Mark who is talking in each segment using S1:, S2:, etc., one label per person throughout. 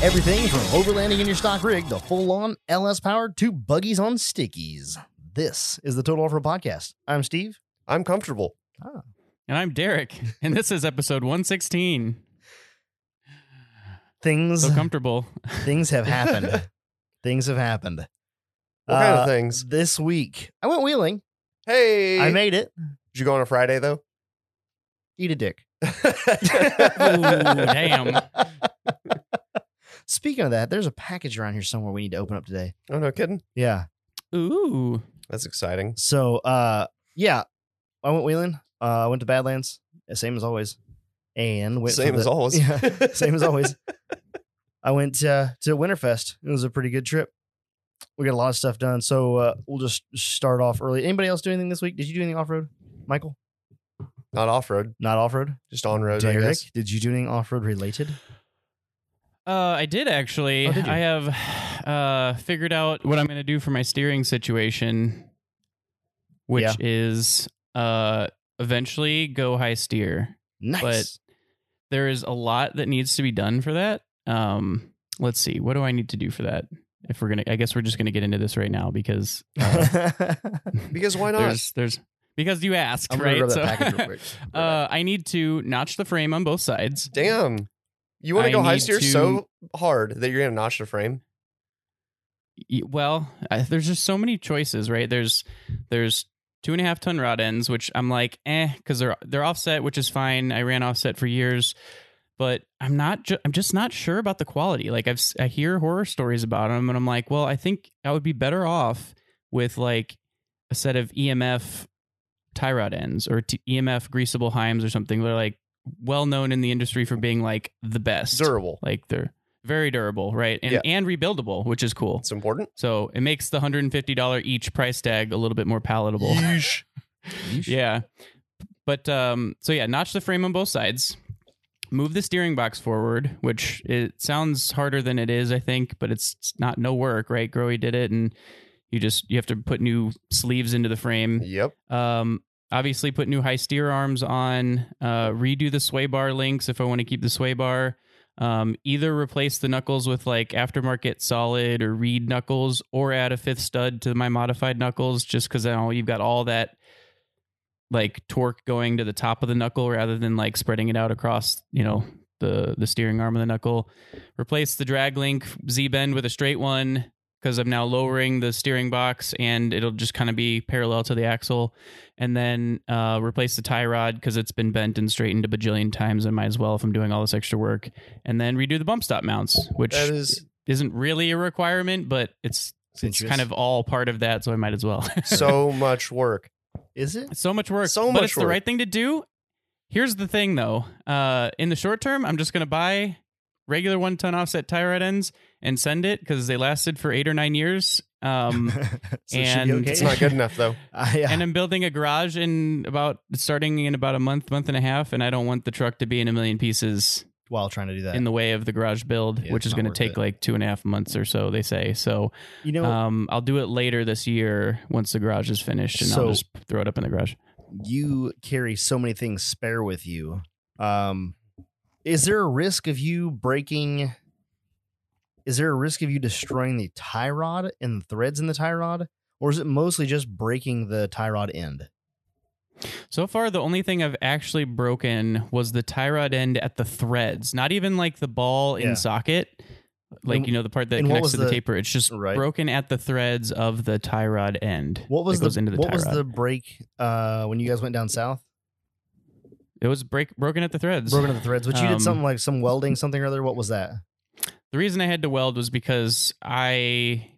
S1: Everything from overlanding in your stock rig to full on LS powered to buggies on stickies. This is the Total Offer Podcast. I'm Steve.
S2: I'm comfortable.
S3: And I'm Derek, and this is episode 116.
S1: Things
S3: So comfortable.
S1: things have happened. things have happened.
S2: What kind
S1: Uh,
S2: of things?
S1: This week, I went wheeling.
S2: Hey,
S1: I made it.
S2: did you go on a Friday though?
S1: Eat a dick.
S3: damn.
S1: Speaking of that, there's a package around here somewhere we need to open up today.
S2: Oh no, kidding.
S1: Yeah.
S3: Ooh.
S2: That's exciting.
S1: So, uh, yeah, I went wheeling. Uh, I went to Badlands, same as always, and went for
S2: Same as
S1: the-
S2: always.
S1: Yeah. same as always. I went uh, to Winterfest. It was a pretty good trip. We got a lot of stuff done, so uh, we'll just start off early. Anybody else do anything this week? Did you do anything off road, Michael?
S2: Not off road,
S1: Not off road.
S2: just on road. I
S1: Derek,
S2: guess.
S1: did you do anything off road related?
S3: Uh, I did actually.
S1: Oh, did you?
S3: I have uh, figured out what I'm going to do for my steering situation, which
S1: Yeah.
S3: is uh, eventually go high steer.
S1: Nice.
S3: There is a lot that needs to be done for that. Um, let's see. What do I need to do for that? If we're going to, I guess we're just going to get into this right now because uh,
S2: Because why not?
S3: there's, there's, because you asked,
S1: I'm gonna
S3: right?
S1: grab that
S3: So-
S1: package real quick.
S3: Uh, I need to notch the frame on both sides.
S2: Damn, you want to
S3: I
S2: go high
S3: need
S2: steer
S3: to-
S2: so hard that you're gonna notch the frame.
S3: Y- Well, I, there's just so many choices, right? There's there's two and a half ton rod ends, which I'm like, eh, because they're they're offset, which is fine. I ran offset for years, but I'm not. Ju- I'm just not sure about the quality. Like I've s- I hear horror stories about them, and I'm like, well, I think I would be better off with like a set of EMF tie rod ends or t- EMF greasable heims or something. They're like well known in the industry for being like the best.
S2: Durable.
S3: like they're very durable right and
S2: Yeah.
S3: and rebuildable which is cool
S2: It's important.
S3: so it makes the $150 each price tag a little bit more palatable
S2: Yeesh.
S3: yeah but um so yeah notch the frame on both sides move the steering box forward which it sounds harder than it is i think but it's not no work right growy did it and you just you have to put new sleeves into the frame
S2: Yep.
S3: um, obviously, put new high steer arms on. Uh, redo the sway bar links if I want to keep the sway bar. Um, either replace the knuckles with like aftermarket solid or reed knuckles, or add a fifth stud to my modified knuckles, just because now you've got all that like torque going to the top of the knuckle rather than like spreading it out across you know the the steering arm of the knuckle. Replace the drag link Z bend with a straight one because I'm now lowering the steering box and it'll just kind of be parallel to the axle and then uh, replace the tie rod because it's been bent and straightened a bajillion times. I might as well if I'm doing all this extra work, and then redo the bump stop mounts, which
S2: That is
S3: isn't really a requirement, but it's it's
S1: Sensuous.
S3: kind of all part of that, so I might as well.
S2: so much work.
S1: Is it?
S3: so much work,
S2: So
S3: but
S2: much
S3: it's the
S2: work.
S3: right thing to do. Here's the thing, though. Uh, in the short term, I'm just gonna buy regular one ton offset tie rod ends and send it because they lasted for eight or nine years. Um,
S1: So it should be
S3: and-
S1: okay?
S2: It's not good enough though.
S1: Uh, yeah.
S3: and I'm building a garage in about starting in about a month, month and a half, and I don't want the truck to be in a million pieces
S1: While trying to do that,
S3: in the way of the garage build,
S1: Yeah,
S3: which
S1: it's
S3: is
S1: not
S3: going to
S1: worth
S3: take
S1: it.
S3: like two and a half months or so. They say so.
S1: you know,
S3: Um, I'll do it later this year once the garage is finished, and
S1: So-
S3: I'll just throw it up in the garage.
S1: you carry so many things spare with you. Um, is there a risk of you breaking? Is there a risk of you destroying the tie rod and the threads in the tie rod, or is it mostly just breaking the tie rod end?
S3: So far, the only thing I've actually broken was the tie rod end at the threads. Not even like the ball
S1: Yeah.
S3: in socket, like
S1: And-
S3: you know the part that
S1: and what
S3: connects
S1: was
S3: to the,
S1: the-
S3: taper. It's just
S1: Right.
S3: broken at the threads of the tie rod end.
S1: What was
S3: that goes
S1: the,
S3: into the
S1: what
S3: tie
S1: was
S3: rod.
S1: the break uh, when you guys went down south?
S3: It was break broken at the threads.
S1: Broken at the threads, but you did
S3: Um,
S1: something like some welding, something or other. What was that?
S3: The reason I had to weld was because I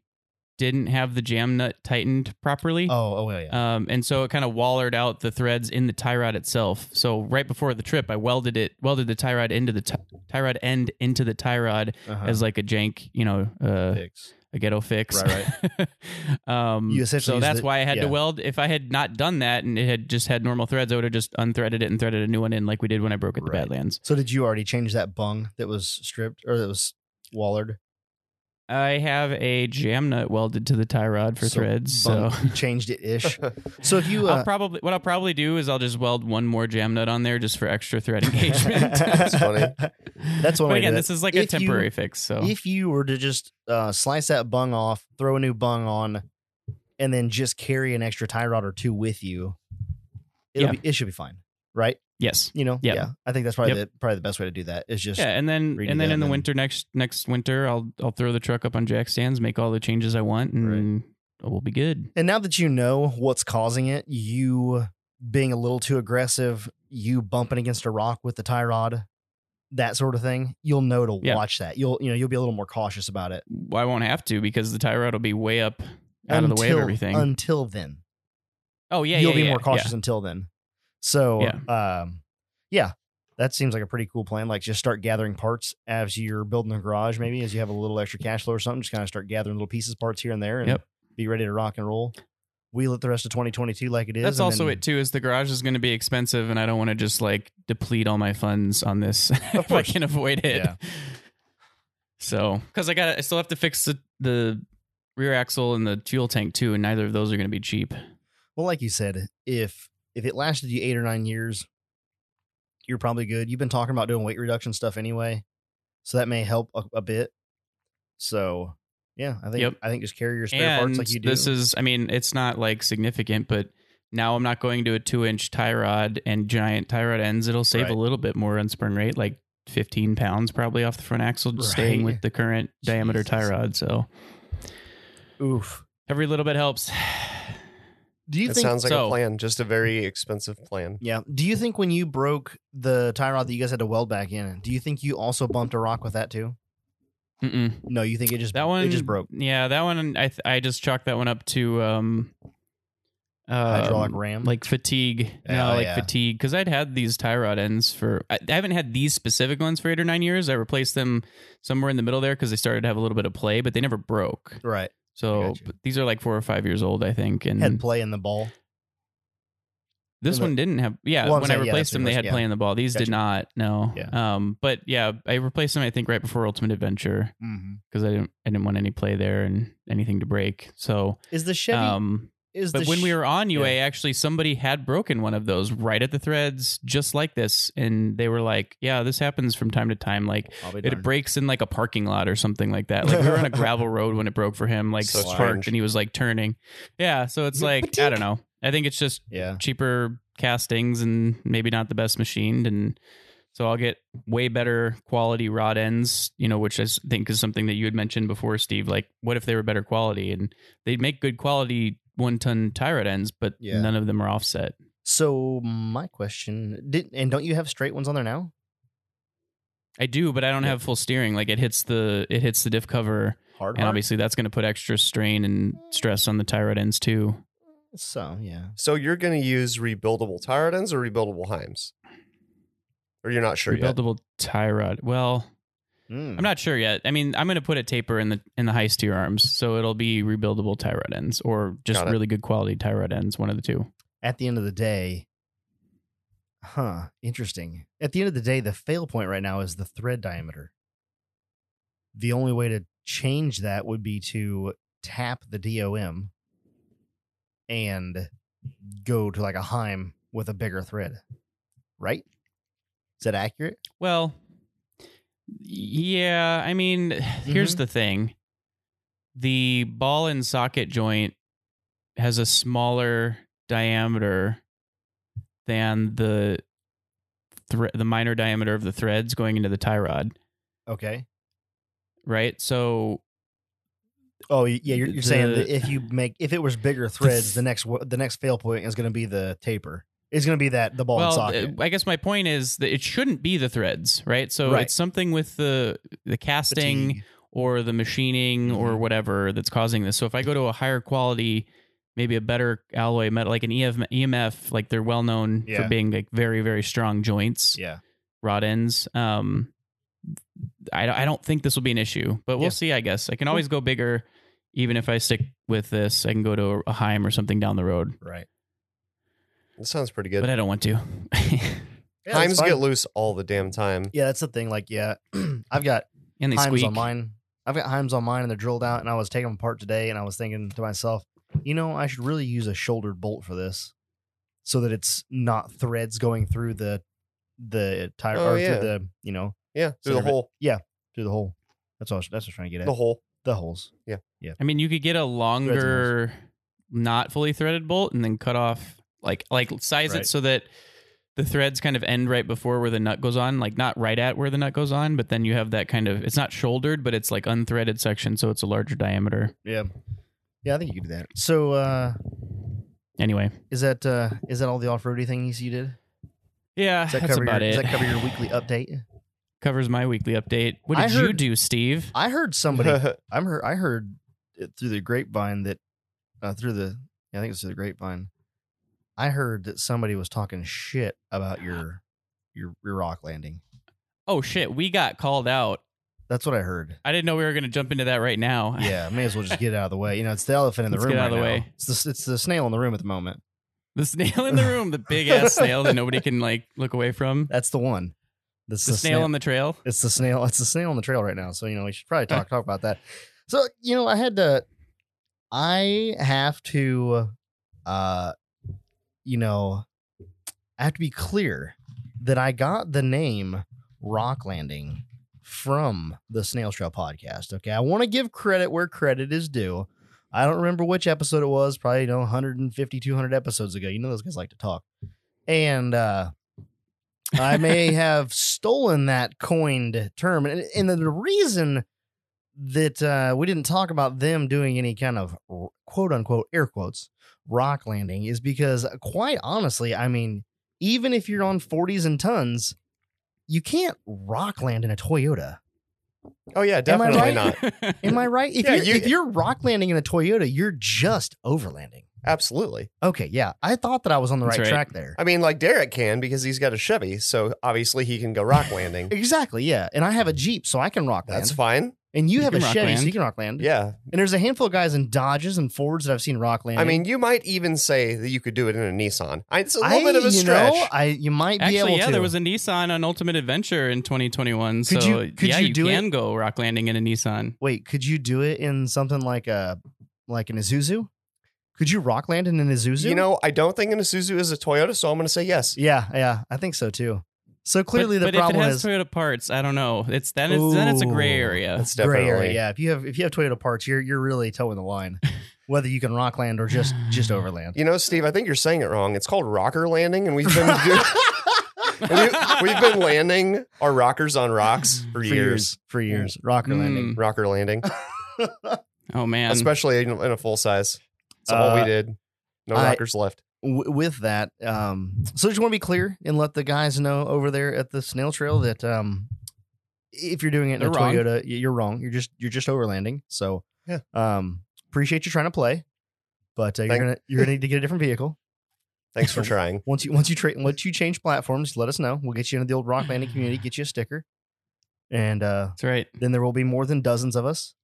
S3: didn't have the jam nut tightened properly.
S1: Oh, oh yeah, yeah.
S3: Um, and so it kind of wallered out the threads in the tie rod itself. So right before the trip, I welded it, welded the tie rod into the ti- tie rod end into the tie rod
S1: Uh-huh.
S3: Uh, as like a jank, you know, uh,
S1: Fix.
S3: a ghetto fix.
S1: Right,
S3: um,
S1: You essentially
S3: so
S1: use
S3: that's
S1: the-
S3: why I had
S1: yeah.
S3: to weld. If I had not done that and it had just had normal threads, I would have just unthreaded it and threaded a new one in, like we did when I broke at
S1: Right.
S3: the Badlands.
S1: So did you already change that bung that was stripped or that was wallered?
S3: I have a jam nut welded to the tie rod for
S1: So,
S3: threads.
S1: bump.
S3: So
S1: You changed it ish. So if you uh,
S3: I'll probably what I'll probably do is I'll just weld one more jam nut on there just for extra thread engagement.
S2: That's funny.
S1: That's one
S3: but
S1: way to
S3: again,
S1: do it.
S3: this is like a
S1: If you-
S3: temporary fix. So
S1: if you were to just uh, slice that bung off, throw a new bung on, and then just carry an extra tie rod or two with you, it'll be, it should be fine, right?
S3: yes,
S1: You know,
S3: Yep.
S1: yeah. I think that's probably the probably the best way to do that. Is just
S3: yeah, and then
S1: redo
S3: and then
S1: that
S3: in the
S1: and-
S3: winter next next winter I'll I'll throw the truck up on jack stands, make all the changes I want, and we'll be good.
S1: And now that you know what's causing it, you being a little too aggressive, you bumping against a rock with the tie rod, that sort of thing, you'll know to
S3: Yeah.
S1: watch that. You'll you know you'll be a little more cautious about it.
S3: I won't have to because the tie rod will be way up out of the way of
S1: Until-
S3: everything.
S1: Until then,
S3: oh yeah,
S1: you'll
S3: yeah,
S1: be
S3: yeah,
S1: more
S3: yeah.
S1: cautious until then. So,
S3: Yeah.
S1: um, yeah, that seems like a pretty cool plan. Like, just start gathering parts as you're building a garage, maybe as you have a little extra cash flow or something. Just kind of start gathering little pieces, parts here and there, and
S3: Yep.
S1: be ready to rock and roll. Wheel it the rest of 2022 like it is.
S3: That's
S1: and
S3: also
S1: then-
S3: it too. Is the garage is going to be expensive, and I don't want to just like deplete all my funds on this if I
S1: course.
S3: can avoid it.
S1: Yeah.
S3: So, because I got, I still have to fix the the rear axle and the fuel tank too, and neither of those are going to be cheap.
S1: Well, like you said, if if it lasted you eight or nine years, you're probably good. You've been talking about doing weight reduction stuff anyway, so that may help a, a bit. So, yeah, I think
S3: Yep.
S1: I think just carry your spare
S3: And
S1: parts like you do.
S3: this is, I mean, it's not like significant, but now I'm not going to a two inch tie rod and giant tie rod ends. It'll save
S1: Right.
S3: a little bit more on spring rate, like 15 pounds probably off the front axle, just staying
S1: Right.
S3: with the current diameter tie
S1: Jesus.
S3: rod. So
S1: Oof.
S3: every little bit helps.
S1: Do you
S2: It
S1: think?
S2: sounds like
S3: so?
S2: a plan, just a very expensive plan.
S1: yeah. Do you think when you broke the tie rod that you guys had to weld back in, do you think you also bumped a rock with that too?
S3: Mm-mm.
S1: No, you think it just
S3: That one
S1: it just broke
S3: Yeah, that one. I th- I just chalked that one up to um, uh,
S1: hydraulic ram.
S3: like fatigue. no,
S1: Oh,
S3: like
S1: yeah.
S3: fatigue because I'd had these tie rod ends for. I, I haven't had these specific ones for eight or nine years. I replaced them somewhere in the middle there because they started to have a little bit of play, but they never broke.
S1: right
S3: So
S1: Gotcha.
S3: but these are like four or five years old, I think. And
S1: head play in the ball.
S3: this
S1: in the-
S3: one didn't have. Yeah,
S1: Well, I'm
S3: when
S1: saying,
S3: I
S1: yeah,
S3: replaced
S1: that's
S3: them,
S1: what
S3: they
S1: it
S3: had
S1: was,
S3: play in the ball. These
S1: Gotcha.
S3: did not. No.
S1: Yeah.
S3: Um. But yeah, I replaced them. I think right before Ultimate Adventure
S1: Mm-hmm.
S3: because I didn't. I didn't want any play there and anything to break. So.
S1: Is the Chevy?
S3: Um.
S1: is
S3: But
S1: the
S3: when we
S1: Ch-
S3: were on UA,
S1: yeah.
S3: actually, somebody had broken one of those right at the threads, just like this, and they were like, "Yeah, this happens from time to time. Like
S1: I'll be
S3: it
S1: darned.
S3: breaks in like a parking lot or something like that. Like we were on a gravel road when it broke for him, like
S2: So
S3: sparked,
S2: strange.
S3: and he was like turning. Yeah, so it's like I don't know. I think it's just
S1: yeah.
S3: cheaper castings and maybe not the best machined, and so I'll get way better quality rod ends. You know, which I s- think is something that you had mentioned before, Steve. Like, what if they were better quality? And they make good quality one ton tie rod ends, but
S1: Yeah.
S3: none of them are offset.
S1: So my question did and don't you have straight ones on there now?
S3: I do, but I don't
S1: Yeah.
S3: have full steering. Like it hits the it hits the diff cover.
S1: Hard.
S3: And
S1: hard?
S3: obviously, that's going to put extra strain and stress on the tie rod ends too.
S1: So yeah.
S2: So you're going to use rebuildable tire ends or rebuildable Heims? Or you're not sure yet?
S3: Rebuildable tie rod. Well,
S1: Mm.
S3: I'm not sure yet. I mean, I'm going to put a taper in the in the high steer arms, so it'll be rebuildable tie rod ends or just
S2: Got it.
S3: really good quality tie rod ends. One of the two.
S1: at the end of the day, huh? Interesting. At the end of the day, the fail point right now is the thread diameter. The only way to change that would be to tap the DOM and go to like a Heim with a bigger thread, right? Is that accurate?
S3: Well, yeah. I mean,
S2: Mm-hmm.
S3: here's the thing: the ball and socket joint has a smaller diameter than the thre- the minor diameter of the threads going into the tie rod,
S1: Okay.
S3: right? So
S1: Oh y- yeah, you're, you're saying
S3: The-
S1: that if you make if it was bigger threads, the next wo- the next fail point is going to be the taper. It's going to be that the ball and
S3: well,
S1: socket.
S3: uh, I guess my point is that it shouldn't be the threads, right? So
S1: Right.
S3: it's something with the the casting
S1: Fatigue.
S3: or the machining or
S1: Mhm.
S3: whatever that's causing this. So if I go to a higher quality, maybe a better alloy metal, like an E EF, EMF, like they're well known
S1: Yeah.
S3: for being like very very strong joints,
S1: Yeah.
S3: rod ends. Um, I don't- I don't think this will be an issue, but we'll
S1: Yeah.
S3: see. I guess I can always go bigger, even if I stick with this. I can go to a Heim or something down the road,
S1: Right.
S2: That sounds pretty
S3: but
S2: good.
S3: I don't want to.
S1: Yeah, that's
S2: Heims
S1: fine.
S2: get loose all the damn time.
S1: Yeah, that's the thing. Like, yeah, I've got
S3: and they
S1: times
S3: squeak.
S1: on mine. I've got Heims on mine and they're drilled out, and I was taking them apart today, and I was thinking to myself, you know, I should really use a shouldered bolt for this, so that it's not threads going through the the tire
S2: Oh,
S1: or
S2: yeah.
S1: through the you know
S2: Yeah, through
S1: Center
S2: the
S1: of it.
S2: hole.
S1: through the hole. That's all. That's what I was trying to get at.
S2: The hole.
S1: The holes.
S3: I mean, you could get a longer, not fully threaded bolt, and then cut off like like size
S1: Right.
S3: it so that the threads kind of end right before where the nut goes on, like not right at where the nut goes on, but then you have that kind of it's not shouldered, but it's like unthreaded section, so it's a larger diameter.
S1: Yeah. Yeah, I think you could do that. So, uh,
S3: Anyway,
S1: is that uh, is that all the off roady things you did?
S3: yeah,
S1: Does that
S3: that's
S1: cover
S3: about
S1: your,
S3: it.
S1: Does that cover your weekly update?
S3: Covers my weekly update. What
S1: I
S3: did you
S1: heard-
S3: do, Steve?
S1: I heard somebody. I'm heard, I heard it through the grapevine that uh, through the yeah, I think it's through the grapevine. I heard that somebody was talking shit about your your your rock landing.
S3: Oh shit, we got called out.
S1: That's what I heard.
S3: I didn't know we were going to jump into that right now.
S1: Yeah, may as well just get it out of the way. You know, it's the elephant in the
S3: Let's
S1: room
S3: get out
S1: right
S3: of the
S1: now.
S3: way.
S1: It's the it's the snail in the room at the moment.
S3: The snail in the room, the big ass snail that nobody can like look away from.
S1: That's the one. That's
S3: The snail on the trail.
S1: It's the snail. It's the snail on the trail right now. So you know we should probably talk talk about that. So you know I had to. I have to, uh, you know, I have to be clear that I got the name Rock Landing from the Snail Trail podcast. Okay, I want to give credit where credit is due. I don't remember which episode it was. Probably you know 150, 200 episodes ago. You know those guys like to talk, and uh, I may have stolen that coined term. And, and the reason that uh, we didn't talk about them doing any kind of r- quote unquote air quotes rock landing is because, quite honestly, I mean, even if you're on 40s and tons, you can't rock land in a Toyota.
S2: Oh yeah,
S1: Am I
S2: definitely
S1: right?
S2: not.
S1: Am I right? If,
S2: Yeah,
S1: you're,
S2: you-
S1: if you're rock landing in a Toyota, you're just overlanding.
S2: Absolutely.
S1: Okay, yeah. I thought that I was on the
S3: That's
S1: right,
S3: right.
S1: track there.
S2: I mean, like Derek can because he's got a Chevy, so obviously he can go rock landing.
S1: Exactly, yeah. And I have a Jeep, so I can rock land.
S2: That's fine.
S1: and you,
S3: You
S1: have a
S3: can rock
S1: Chevy, so
S3: land.
S1: you can rock land.
S2: Yeah.
S1: And there's a handful of guys in Dodges and Fords that I've seen rock landing.
S2: I mean, you might even say that you could do it in a Nissan. I- It's a little
S1: I-
S2: bit of a
S1: you
S2: stretch.
S1: Know, I you might be
S3: Actually,
S1: able
S3: yeah,
S1: to.
S3: there was a Nissan on Ultimate Adventure in 2021.
S1: Could
S3: so
S1: you- could
S3: yeah,
S1: you
S3: you,
S1: do
S3: can go rock landing in a Nissan.
S1: Wait, could you do it in something like a like an Isuzu? Could you rock land in an Isuzu?
S2: you know, I don't think an Isuzu is a Toyota, so I'm going to say yes.
S1: yeah, yeah, I think so too. So
S3: But-
S1: clearly, the
S3: but
S1: problem
S3: if it has
S1: is
S3: Toyota parts, I don't know. It's then it's then it's a gray
S1: Ooh,
S3: area.
S2: That's
S1: gray
S2: definitely.
S1: area. Yeah, if you have if you have Toyota parts, you're you're really toeing the line, whether you can rock land or just just overland.
S2: You know, Steve, I think you're saying it wrong. It's called rocker landing, and we've been do- we, we've been landing our rockers on rocks for,
S1: Mm, for
S2: years.
S1: years, for years, rocker landing.
S3: Mm.
S2: Rocker landing,
S3: oh man,
S2: especially in, in a full size. That's all we
S1: Uh,
S2: did. No
S1: I-
S2: rockers left.
S1: w- with that, um, so just want to be clear and let the guys know over there at the snail trail that um, if you're doing it in a
S3: They're wrong.
S1: Toyota, y- you're wrong. You're just you're just overlanding. So
S2: Yeah.
S1: um, appreciate you trying to play, but uh, you're
S2: Thank-
S1: gonna you're gonna need to get a different vehicle
S2: Thanks for trying.
S1: once you once you tra- once you change platforms. Let us know. We'll get you into the old rock landing community, get you a sticker, and uh,
S3: that's right.
S1: then there will be more than dozens of us.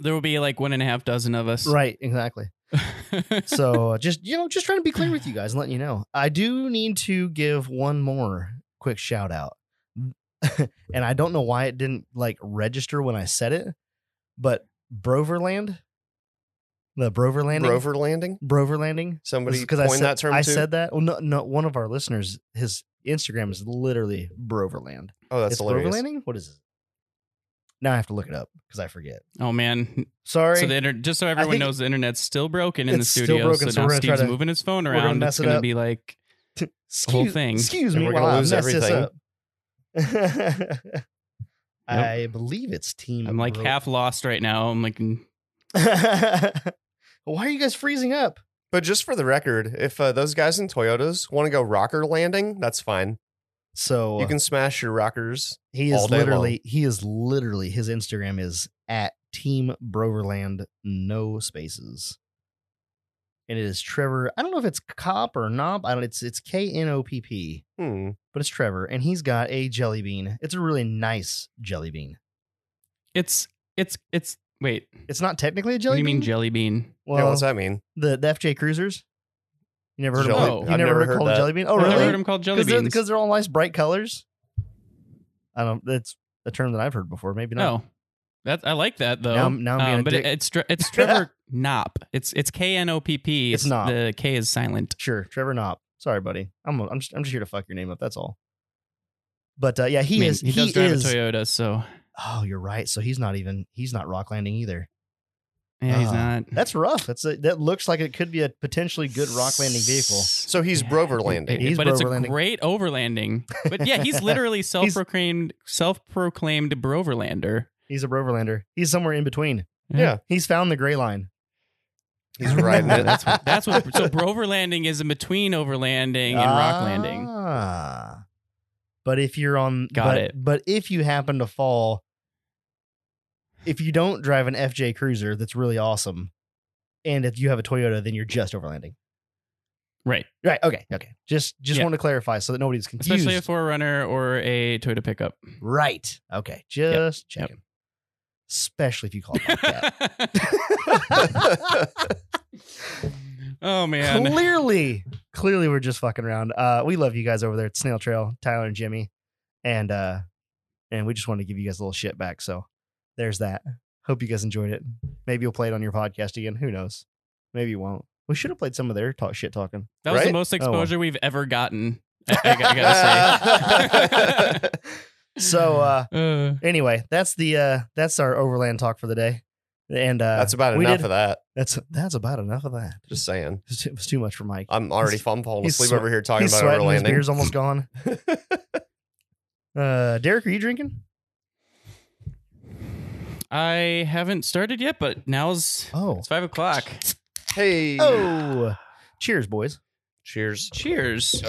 S3: There will be like one and a half dozen of us.
S1: Right, exactly. so uh, just you know just trying to be clear with you guys and letting you know i do need to give one more quick shout out and i don't know why it didn't like register when i said it but broverland the broverland
S2: Rover landing.
S1: broverlanding
S2: Somebody
S1: because i
S2: coined
S1: said
S2: that term
S1: i
S2: too.
S1: said that well no, no one of our listeners his instagram is literally broverland
S2: oh, that's
S1: it's
S2: hilarious.
S1: broverlanding what is it now i have to look it up because i forget
S3: oh man.
S1: sorry
S3: So the inter- just so everyone
S1: think-
S3: knows, the internet's still broken in the
S1: It's still
S3: studio.
S1: broken, so
S3: so now
S1: we're gonna try
S3: Steve's
S1: to-
S3: moving his phone
S1: we're gonna
S3: around.
S1: mess
S3: It's
S1: it
S3: gonna
S1: up.
S3: be like
S1: excuse,
S3: whole thing.
S1: Excuse
S2: And
S1: me,
S2: we're gonna
S1: while I
S2: lose
S1: mess this
S2: everything.
S1: up. I believe it's team.
S3: I'm like
S1: Ro-
S3: half lost right now. I'm like, mm,
S1: Why are you guys freezing up?
S2: But just for the record, if uh, those guys in Toyotas want to go rocker landing, that's fine.
S1: So
S2: You can smash your rockers.
S1: he is
S2: all day long.
S1: literally he is literally his Instagram is at Team Broverland no spaces, and it is Trevor. I don't know if it's Cop or Knob. I don't. It's it's K N O P P,
S2: Hmm.
S1: but it's Trevor, and he's got a jelly bean. It's a really nice jelly bean.
S3: it's it's it's. Wait,
S1: It's not technically a
S3: Mm. what
S1: jelly
S3: do you
S1: bean.
S3: mean jelly bean?
S1: Well,
S2: yeah, what's that mean?
S1: The, the FJ Cruisers. You never heard
S2: Jelly-
S1: of them? You never,
S3: I've
S2: never
S1: heard,
S2: heard
S1: called
S2: that.
S1: jelly bean? Oh,
S3: I've never
S1: really?
S3: heard them called jelly
S1: Because
S3: beans.
S1: they're, 'cause they're all nice bright colors. I don't. That's a term that I've heard before. Maybe not.
S3: No. Oh, That I like that though. Um,
S1: Now I'm- now I'm being a
S3: but it,
S1: dick.
S3: it's Tre- it's Trevor Knopp. It's it's K N O P P.
S1: It's Knopp.
S3: The K is silent.
S1: Sure, Trevor Knopp. Sorry, buddy. I'm I'm just, I'm just here to fuck your name up. That's all. But uh, yeah, he
S3: I mean,
S1: is.
S3: He
S1: He,
S3: does drive
S1: is.
S3: a Toyota, so
S1: Oh, you're right. So he's not even. He's not rock landing either.
S3: yeah, he's
S1: Ah,
S3: not.
S1: That's rough. That's a, that looks like it could be a potentially good rock landing vehicle.
S2: So he's
S3: Yeah.
S2: Brover landing.
S1: He's
S3: but it's a
S1: Broverlanding.
S3: great overlanding. But yeah, he's literally self-proclaimed self-proclaimed Broverlander.
S1: He's a Roverlander. He's somewhere in between.
S2: Yeah.
S1: He's found the gray line.
S2: He's riding it.
S3: that's what that's what so Broverlanding is in between overlanding and rock landing.
S1: Ah. But if you're on,
S3: Got
S1: but,
S3: it.
S1: But if you happen to fall, if you don't drive an FJ Cruiser, that's really awesome, and if you have a Toyota, then you're just overlanding.
S3: Right.
S1: Right. Okay. Okay. Just just
S3: Yeah.
S1: want to clarify so that nobody's confused.
S3: Especially a forerunner or a Toyota pickup.
S1: right. Okay. Just
S3: Yep.
S1: checking. Especially if you call it like that.
S3: oh man.
S1: clearly, clearly, we're just fucking around. Uh, we love you guys over there at Snail Trail, Tyler and Jimmy, and uh, and we just wanted to give you guys a little shit back. So there's that. Hope you guys enjoyed it. Maybe you'll play it on your podcast again. Who knows? Maybe you won't. We should have played some of their talk shit talking.
S3: That was the
S2: Right?
S3: most
S1: well.
S3: exposure we've ever gotten. I, I gotta- I gotta say.
S1: So uh,
S3: Uh,
S1: anyway, that's the uh, that's our overland talk for the day. And uh,
S2: that's about enough of that.
S1: That's that's about enough of that.
S2: Just saying.
S1: It was too much for Mike.
S2: I'm already fum falling
S1: he's
S2: asleep
S1: swe-
S2: over here talking
S1: He's
S2: about
S1: sweating. His
S2: overlanding.
S1: beer's almost gone. Uh, Derek, are you drinking?
S3: Uh, I haven't started yet, but now's
S1: Oh,
S3: it's five o'clock.
S2: hey.
S1: Oh, cheers, boys.
S2: Cheers.
S3: Cheers.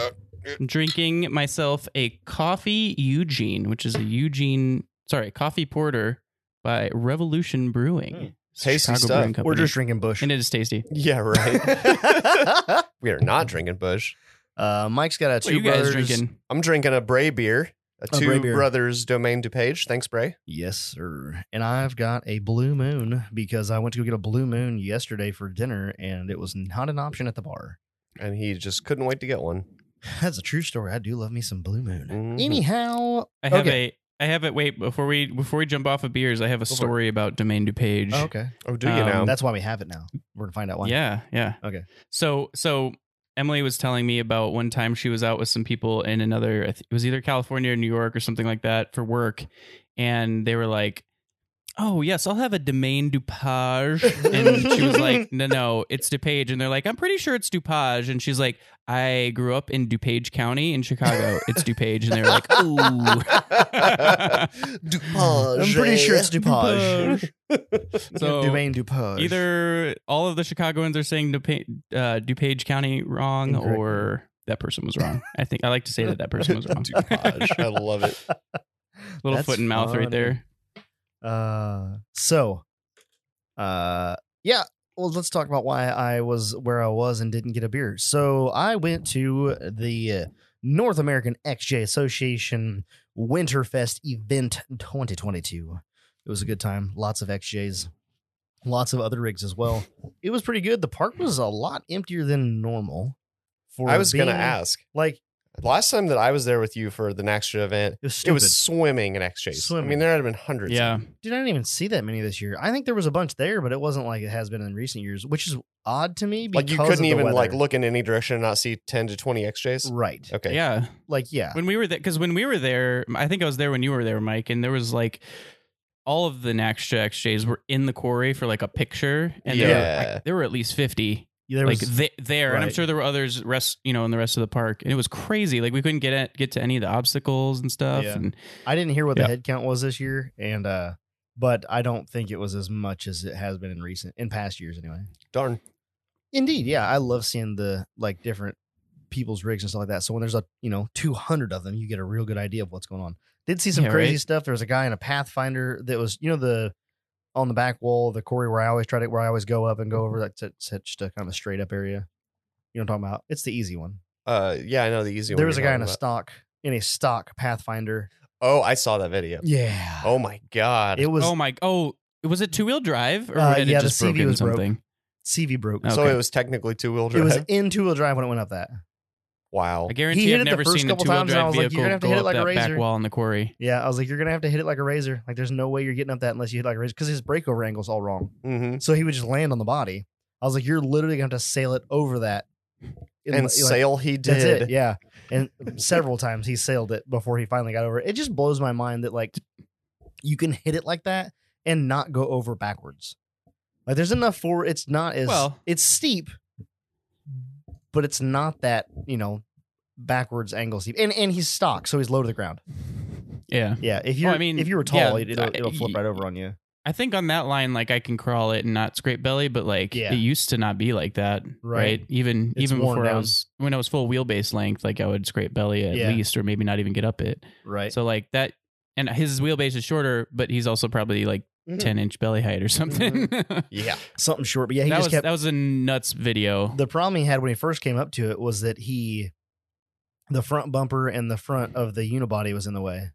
S3: Drinking myself a coffee Eugene, which is a Eugene, sorry, a coffee porter by Revolution
S2: Mm.
S1: Hmm.
S3: Brewing. It's a
S2: Tasty
S3: Chicago
S2: stuff.
S3: Brewing
S1: We're
S3: Company.
S1: just drinking Bush.
S3: and it is tasty.
S2: Yeah, right. we are not drinking Bush.
S1: uh, Mike's got a
S3: What
S1: two
S3: are you guys
S1: brothers-
S3: drinking?
S2: I'm drinking a Bray beer, a
S1: A
S2: Two
S1: Bray beer.
S2: Brothers Domaine DuPage. Thanks, Bray.
S1: Yes, sir. And I've got a Blue Moon because I went to go get a Blue Moon yesterday for dinner, and it was not an option at the bar.
S2: And he just couldn't wait to get one.
S1: That's a true story. I do love me some Blue Moon.
S2: Mhm.
S1: Anyhow,
S3: I have
S1: Okay.
S3: a I have it wait before we before we jump off of beers, I have a
S1: for it.
S3: story about Domaine DuPage.
S1: oh, okay,
S2: Oh, do you
S3: Um,
S2: know?
S1: that's why we have it now. We're gonna find out why.
S3: Yeah, yeah.
S1: Okay.
S3: So so Emily was telling me about one time she was out with some people in another I th- it was either California or New York or something like that for work and they were like Oh yes, I'll have a Domaine Dupage, and she was like, "No, no, it's DuPage." And they're like, "I'm pretty sure it's Dupage," and she's like, "I grew up in DuPage County in Chicago. It's DuPage," and they're like, "Ooh,
S2: DuPage.
S1: I'm pretty sure it's Dupage.
S3: DuPage." So
S1: Dumaine Dupage.
S3: either all of the Chicagoans are saying DuPage, uh, DuPage County wrong,
S1: Incorrect.
S3: or that person was wrong. I think I like to say that that person was wrong.
S2: DuPage. I love it.
S3: Little
S1: That's
S3: foot and mouth
S1: funny.
S3: right there.
S1: Uh, so, uh, yeah. Well, let's talk about why I was where I was and didn't get a beer. So I went to the North American XJ Association Winterfest event 2022. It was a good time. Lots of XJs, lots of other rigs as well. It was pretty good. The park was a lot emptier than normal. For
S2: I was going to
S1: being-
S2: ask.
S1: like
S2: Last time that I was there with you for the Naxtra event,
S1: it was
S2: it
S1: stupid.
S2: was swimming in XJs. I
S1: Swimming.
S2: mean, there had been hundreds.
S3: Yeah,
S1: Dude, I didn't even see that many this year. I think there was a bunch there, but it wasn't like it has been in recent years, which is odd to me.
S2: like you
S1: because of
S2: couldn't
S1: the
S2: even like
S1: weather.
S2: look in any direction and not see 10 to 20 XJs.
S1: right.
S2: Okay.
S3: yeah.
S1: Like yeah,
S3: When we were there, because when we were there, I think I was there when you were there, Mike, and there was like all of the Naxtra XJs were in the quarry for like a picture, and there, were,
S2: Yeah.
S3: like, there were at least fifty.
S1: there
S3: like
S1: was
S3: th- there, and I'm
S1: right.
S3: sure there were others rest, you know, in the rest of the park, and it was crazy. Like we couldn't get at, get to any of the obstacles and stuff,
S1: Yeah.
S3: and
S1: I didn't hear what
S3: Yeah.
S1: the head count was this year, and uh, but I don't think it was as much as it has been in recent in past years anyway.
S2: Darn.
S1: Indeed, yeah, I love seeing the like different people's rigs and stuff like that. So when there's a you know 200 of them, you get a real good idea of what's going on. Did see some
S3: Yeah,
S1: crazy
S3: right.
S1: stuff. There was a guy in a Pathfinder that was you know the on the back wall of the quarry where I always try to where I always go up and go over like to, to just a kind of straight up area. You know what I'm talking about? It's the easy one.
S2: Uh, yeah, I know the easy one.
S1: there was a
S2: you're
S1: guy in a
S2: talking
S1: stock in a stock Pathfinder.
S2: about. Oh, I saw that video.
S1: Yeah,
S2: Oh my God.
S1: it was
S3: oh my! Oh, was it two wheel drive or
S1: Uh,
S3: had
S1: yeah,
S3: it
S1: the
S3: just
S1: CV
S3: broken
S1: was broke.
S3: something?
S1: CV broke.
S3: Oh,
S2: So
S3: okay.
S2: it was technically two wheel
S1: It
S2: drive.
S1: was in two wheel drive when it went up that.
S2: Wow.
S3: I guarantee
S1: hit
S3: I've
S1: it the
S3: never
S1: first
S3: seen a
S1: couple
S3: two-wheel
S1: times, and I
S3: drive
S1: was like,
S3: vehicle
S1: "You're gonna have to
S3: go
S1: hit it
S3: up
S1: like a
S3: that back
S1: razor."
S3: wall in the quarry.
S1: Yeah, I was like, you're gonna have to hit it like a razor. Like, there's no way you're getting up that unless you hit like a razor because his breakover angle's all wrong.
S2: Mm-hmm.
S1: So he would just land on the body. I was like, you're literally gonna have to sail it over that.
S2: And
S1: like,
S2: sail he did.
S1: that's it, yeah. And several times he sailed it before he finally got over it. It just blows my mind that like you can hit it like that and not go over backwards. Like there's enough for it's not as
S3: Well-
S1: it's steep, but it's not that you know backwards angle steep. And and he's stock, so he's low to the ground.
S3: Yeah.
S1: Yeah, if you are
S3: I mean,
S1: if you were
S3: yeah,
S1: tall, it- it'll,
S3: I-
S1: it'll flip
S3: y-
S1: right over on you.
S3: I think on that line, like I can crawl it and not scrape belly, but like
S1: Yeah.
S3: it used to not be like that,
S1: Right.
S3: right? Even
S1: It's
S3: even
S1: worn
S3: before I
S1: down.
S3: was when I was full wheelbase length, like I would scrape belly at
S1: Yeah.
S3: least, or maybe not even get up it.
S1: Right.
S3: So like that, and his wheelbase is shorter, but he's also probably like
S1: Mm-hmm.
S2: Mhm.
S3: ten inch belly height or something.
S2: Yeah.
S1: Something short, but yeah, he
S3: that
S1: just
S3: was
S1: kept
S3: that was a nuts video.
S1: the problem he had when he first came up to it was that he the front bumper and the front of the unibody was in the way.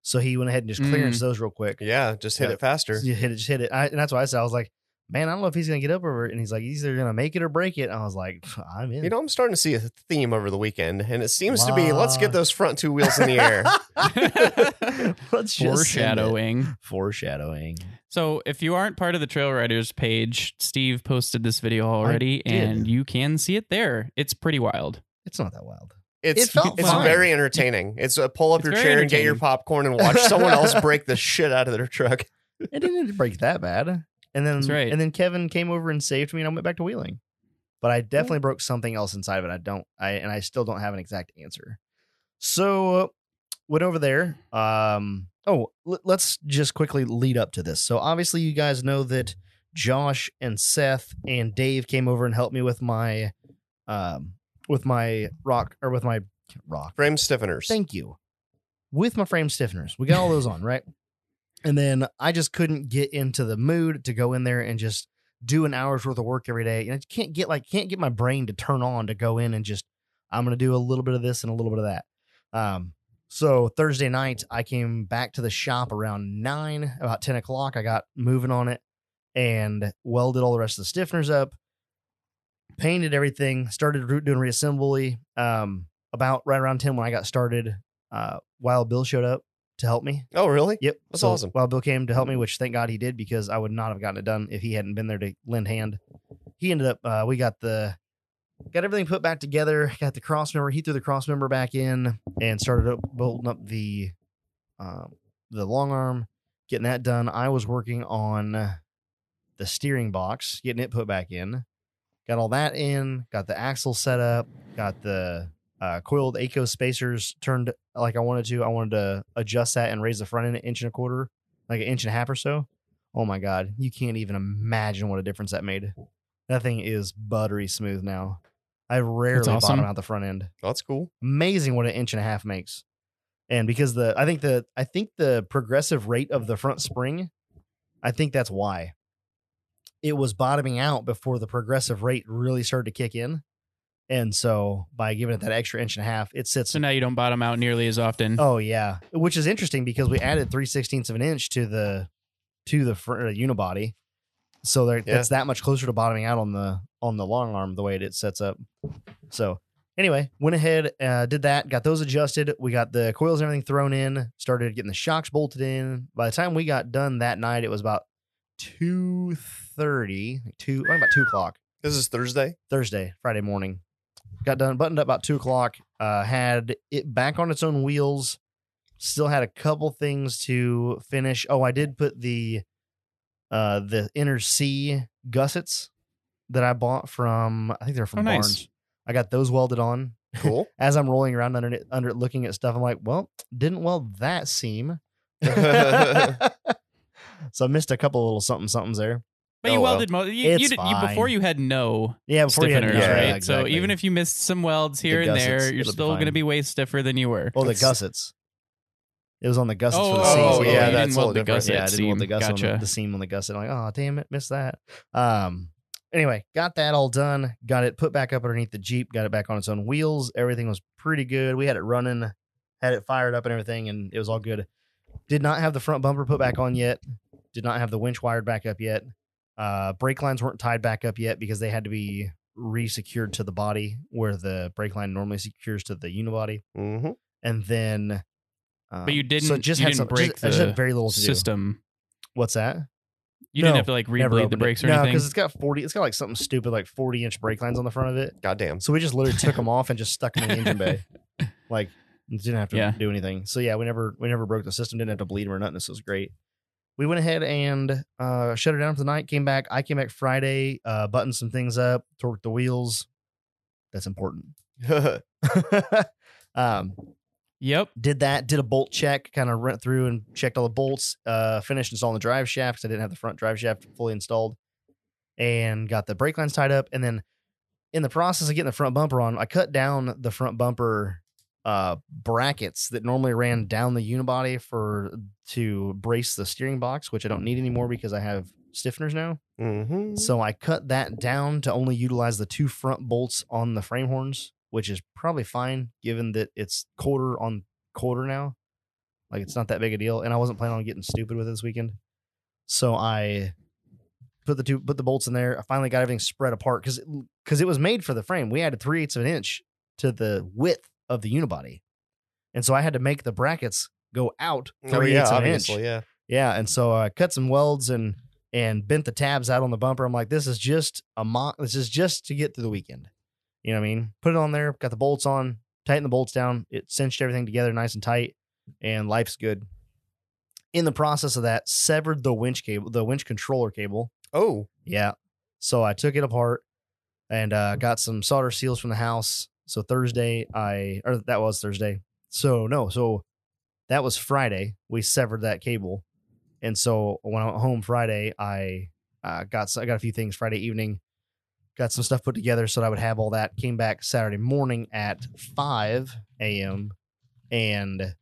S1: So he went ahead and just
S3: Mm.
S1: clearance those real quick.
S2: Yeah. Just hit
S1: Yeah.
S2: it faster.
S1: Just hit it, just hit it. I, and that's why I said I was like, man, I don't know if he's gonna get up over it. And he's like, he's either gonna make it or break it. I was like, I'm in.
S2: You know, I'm starting to see a theme over the weekend, and it seems to be let's get
S1: Wow.
S2: those front two wheels in the air.
S1: Let's just send it.
S3: Foreshadowing.
S1: Foreshadowing.
S3: So if you aren't part of the Trail Riders page, Steve posted this video already,
S1: did.
S3: and you can see it there. It's pretty wild.
S1: It's not that wild.
S2: It's
S1: It felt
S2: it's
S3: fine.
S2: very entertaining. It's a pull up
S3: It's
S2: your
S3: very
S2: chair and get your
S3: entertaining.
S2: popcorn and watch someone else break the shit out of their truck.
S1: It didn't break that bad. And then
S3: That's right.
S1: and then Kevin came over and saved me and I went back to wheeling. But I definitely broke something else inside of it. I don't I and I still don't have an exact answer. So uh, went over there. Um oh, l- let's just quickly lead up to this. So obviously you guys know that Josh and Seth and Dave came over and helped me with my um with my rock or with my rock
S2: Frame stiffeners.
S1: Thank you. With my frame stiffeners. We got all those on, right? And then I just couldn't get into the mood to go in there and just do an hour's worth of work every day. And I can't get like can't get my brain to turn on to go in and just I'm gonna do a little bit of this and a little bit of that. Um so Thursday night I came back to the shop around nine, about ten o'clock. I got moving on it and welded all the rest of the stiffeners up, painted everything, started re- doing reassembly. Um, about right around 10 when I got started, uh, Wild Bill showed up to help me.
S2: Oh, really?
S1: Yep.
S2: That's awesome.
S1: Wild Bill came to help me, which thank God he did because I would not have gotten it done if he hadn't been there to lend hand. He ended up, uh, we got the, got everything put back together, got the cross member. He threw the cross member back in and started up, bolting up the, uh, the long arm, getting that done. I was working on the steering box, getting it put back in. Got all that in, got the axle set up, got the uh, coiled ACO spacers turned like I wanted to. I wanted to adjust that and raise the front end an inch and a quarter, like an inch and a half or so. Oh my God. You can't even imagine what a difference that made. That thing is buttery smooth now. I rarely
S3: awesome.
S1: bottom out the front end
S2: That's cool.
S1: amazing what an inch and a half makes. And because the I think the I think the progressive rate of the front spring, I think that's why. It was bottoming out before the progressive rate really started to kick in. And so by giving it that extra inch and a half, it sits
S3: So now you don't bottom out nearly as often.
S1: Oh yeah, which is interesting because we added three sixteenths of an inch to the to the front uh, unibody, so there,
S2: Yeah.
S1: that's that much closer to bottoming out on the on the long arm the way it sets up. So anyway, went ahead, uh, did that, got those adjusted. We got the coils and everything thrown in. Started getting the shocks bolted in. By the time we got done that night, it was about two thirty, two around about two o'clock.
S2: This is Thursday.
S1: Thursday, Friday morning. Got done, buttoned up about two o'clock. Uh, had it back on its own wheels. Still had a couple things to finish. Oh, I did put the uh the inner C gussets that I bought from I think they're from
S3: Oh, nice.
S1: Barnes. I got those welded on.
S2: Cool.
S1: As I'm rolling around under it, under it, looking at stuff, I'm like, well, didn't weld that seam. so I missed a couple little something somethings there.
S3: but you
S2: oh, well.
S3: welded mo- you,
S1: It's
S3: you did- you- before
S1: fine.
S3: you had no
S1: Yeah, before you had
S3: stiffeners,
S2: yeah,
S3: right?
S1: exactly.
S3: So even if you missed some welds here
S1: The
S3: and there,
S1: gussets,
S3: you're
S1: it'll be
S3: still going to
S1: fine.
S3: be way stiffer than you were.
S1: Oh, the
S2: It's-
S1: gussets. It was on the gussets for the
S2: oh,
S1: seam.
S2: oh,
S1: so like-
S2: yeah,
S3: you
S2: that's
S3: didn't
S2: a
S3: weld
S2: little
S3: the
S2: different.
S3: gusset
S1: yeah, I didn't want the
S3: seam.
S1: gusset on the-
S3: Gotcha.
S1: the seam on the gusset. I'm like, oh damn it, missed that. Um anyway, got that all done, got it put back up underneath the Jeep, got it back on its own wheels. Everything was pretty good. We had it running, had it fired up and everything, and it was all good. Did not have the front bumper put back on yet. Did not have the winch wired back up yet. Uh brake lines weren't tied back up yet because they had to be re-secured to the body where the brake line normally secures to the unibody,
S2: Mm-hmm.
S1: and then. Um,
S3: you
S1: So
S3: didn't-
S1: it just
S3: you
S1: had
S3: didn't
S1: some,
S3: break
S1: just, I just
S3: the
S1: had very little to do.
S3: system.
S1: What's that?
S3: You
S1: No,
S3: didn't have to like
S1: Never
S3: rebleed
S1: opened
S3: the
S1: it.
S3: brakes or
S1: no,
S3: anything.
S1: because it's got forty. It's got like something stupid, like forty inch brake lines on the front of it.
S2: Goddamn.
S1: So we just literally took them off and just stuck them in the engine bay. Like didn't have to
S3: Yeah.
S1: do anything. So yeah, we never we never broke the system. Didn't have to bleed them or nothing. This was great. We went ahead and uh, shut her down for the night. Came back. I came back Friday. Uh, buttoned some things up. Torqued the wheels. That's important. um,
S3: Yep.
S1: did that. Did a bolt check. Kind of went through and checked all the bolts. Uh, finished installing the drive shaft 'cause I didn't have the front drive shaft fully installed, and got the brake lines tied up. And then, in the process of getting the front bumper on, I cut down the front bumper uh, brackets that normally ran down the unibody for to brace the steering box, which I don't need anymore because I have stiffeners now.
S2: hmm
S1: So I cut that down to only utilize the two front bolts on the frame horns, which is probably fine given that it's quarter on quarter now. Like it's not that big a deal. And I wasn't planning on getting stupid with it this weekend. So I put the two put the bolts in there. I finally got everything spread apart because because it was made for the frame. We added three eighths of an inch to the width of the unibody. And so I had to make the brackets go out
S2: Oh,
S1: three
S2: yeah,
S1: eighths of an inch.
S2: obviously, yeah.
S1: Yeah, and so I cut some welds and and bent the tabs out on the bumper. I'm like, this is just a mo- this is just to get through the weekend. You know what I mean? Put it on there, got the bolts on, tighten the bolts down. It cinched everything together nice and tight, and life's good. In the process of that, severed the winch cable, the winch controller cable.
S2: Oh,
S1: Yeah. So I took it apart and uh, got some solder seals from the house. So Thursday, I or that was Thursday. So no, so that was Friday. We severed that cable, and so when I went home Friday, I uh, got s- I got a few things Friday evening, got some stuff put together so that I would have all that. Came back Saturday morning at five a.m. and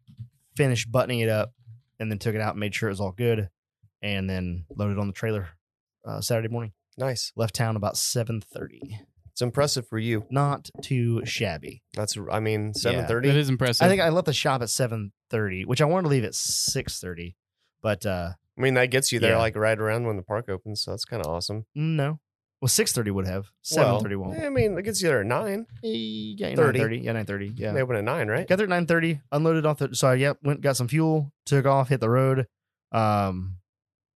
S1: finished buttoning it up, and then took it out and made sure it was all good, and then loaded on the trailer uh, Saturday morning.
S2: nice.
S1: Left town about seven thirty.
S2: It's impressive for you.
S1: Not too shabby.
S2: That's, I mean, seven thirty.
S3: That is impressive.
S1: I think I left the shop at seven thirty, which I wanted to leave at six thirty, but uh,
S2: I mean, that gets you there
S1: Yeah.
S2: like right around when the park opens. So that's kind of awesome.
S1: no. Well, six thirty would have. Seven
S2: Well,
S1: thirty won't.
S2: I mean, it gets you there at nine.
S1: Eh, Yeah, nine
S2: 30.
S1: thirty. Yeah, nine thirty. Yeah.
S2: They open at nine, right?
S1: Got there at nine thirty. Unloaded off the. So I yeah, went got some fuel, took off, hit the road. Um,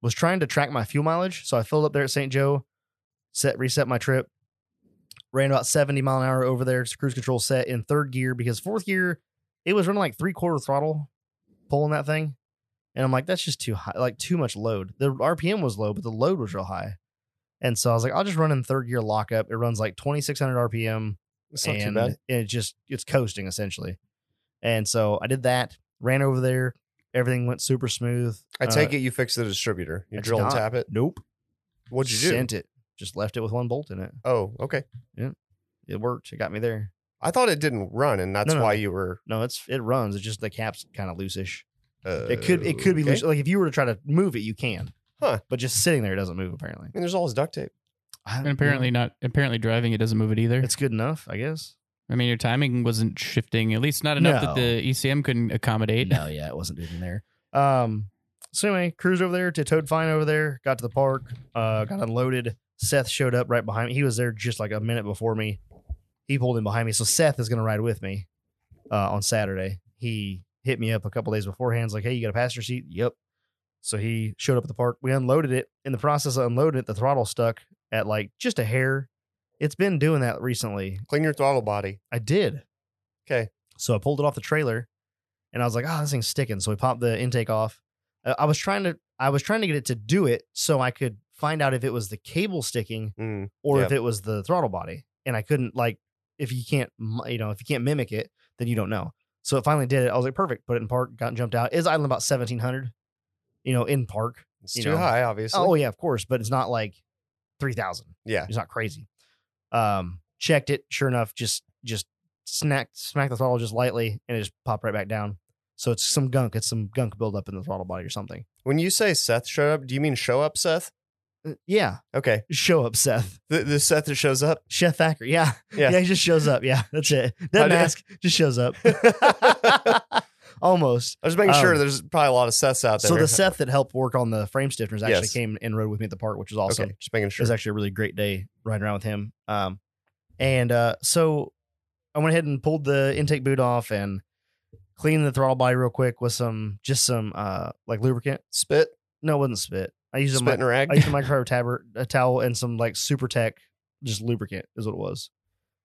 S1: was trying to track my fuel mileage, so I filled up there at St. Joe, set reset my trip, ran about seventy mile an hour over there. to Cruise control set in third gear because fourth gear it was running like three quarter throttle, pulling that thing, and I'm like that's just too high, like too much load. The RPM was low, but the load was real high. And so I was like, I'll just run in third gear lockup. It runs like 2,600 RPM
S2: It's not
S1: and
S2: too bad.
S1: it just it's coasting essentially. And so I did that, ran over there, everything went super smooth.
S2: I take it you fixed the distributor.
S1: uh,
S2: You
S1: it's
S2: drill and
S1: not-
S2: tap it.
S1: Nope.
S2: What'd you do?
S1: Sent it. Just left it with one bolt in it.
S2: Oh, okay.
S1: It worked. It got me there.
S2: I thought it didn't run, and that's
S1: No, no.
S2: why you were.
S1: No, it's it runs. It's just the cap's kind of loosish.
S2: Uh,
S1: It could it could be
S2: okay.
S1: loose. Like if you were to try to move it, you can.
S2: Huh.
S1: But just sitting there, it doesn't move apparently.
S2: I mean, there's always duct tape.
S3: and apparently not. Apparently driving it doesn't move it either.
S1: Mm-hmm. it's good enough, I guess.
S3: I mean, your timing wasn't shifting. At least not enough
S1: No.
S3: that the ECM couldn't accommodate.
S1: No, yeah, it wasn't doing there. Um, so anyway, cruised over there to Toad Fine over there, got to the park, uh, got unloaded. Seth showed up right behind me. He was there just like a minute before me. He pulled in behind me. So Seth is gonna ride with me uh, on Saturday. He hit me up a couple days beforehand. He's like, hey, you got a passenger seat? Yep. So he showed up at the park. We unloaded it. In the process of unloading it, the throttle stuck at like just a hair. It's been doing that recently.
S2: Clean your throttle body.
S1: I did.
S2: Okay.
S1: So I pulled it off the trailer, and I was like, "Oh, this thing's sticking." So we popped the intake off. Uh, I was trying to, I was trying to get it to do it so I could find out if it was the cable sticking
S2: Mm.
S1: or
S2: Yeah.
S1: if it was the throttle body, and I couldn't like, if you can't, m- you know, if you can't mimic it, then you don't know. So it finally did it. I was like, "Perfect." Put it in park. Got jumped out. Is idling about seventeen hundred, you know, in park.
S2: It's
S1: You
S2: too
S1: know.
S2: high, obviously.
S1: Oh yeah, of course, but it's not like three thousand.
S2: yeah.
S1: It's not crazy. Um, checked it. Sure enough, just just snacked smacked the throttle just lightly, and it just popped right back down. So it's some gunk. It's some gunk buildup in the throttle body or something.
S2: When you say Seth showed up, do you mean show up, Seth?
S1: Uh, Yeah,
S2: Okay.
S1: show up, Seth.
S2: The, the Seth that shows up.
S1: Chef Thacker. Yeah.
S2: Yeah.
S1: yeah, He just shows up. Yeah, that's it.
S2: How
S1: Doesn't
S2: did-
S1: ask. Just shows up. Almost.
S2: I was making sure
S1: Um,
S2: there's probably a lot of Seths out there.
S1: So the Seth that helped work on the frame stiffeners actually
S2: Yes.
S1: came and rode with me at the park, which was awesome.
S2: Okay. Just making
S1: It was
S2: sure.
S1: actually a really great day riding around with him. Um, And uh, so I went ahead and pulled the intake boot off and cleaned the throttle body real quick with some just some uh like lubricant.
S2: Spit,
S1: No, it wasn't spit. I used a
S2: spit
S1: mi-
S2: and rag.
S1: I used a micro tabber, a towel and some like super tech just lubricant is what it was.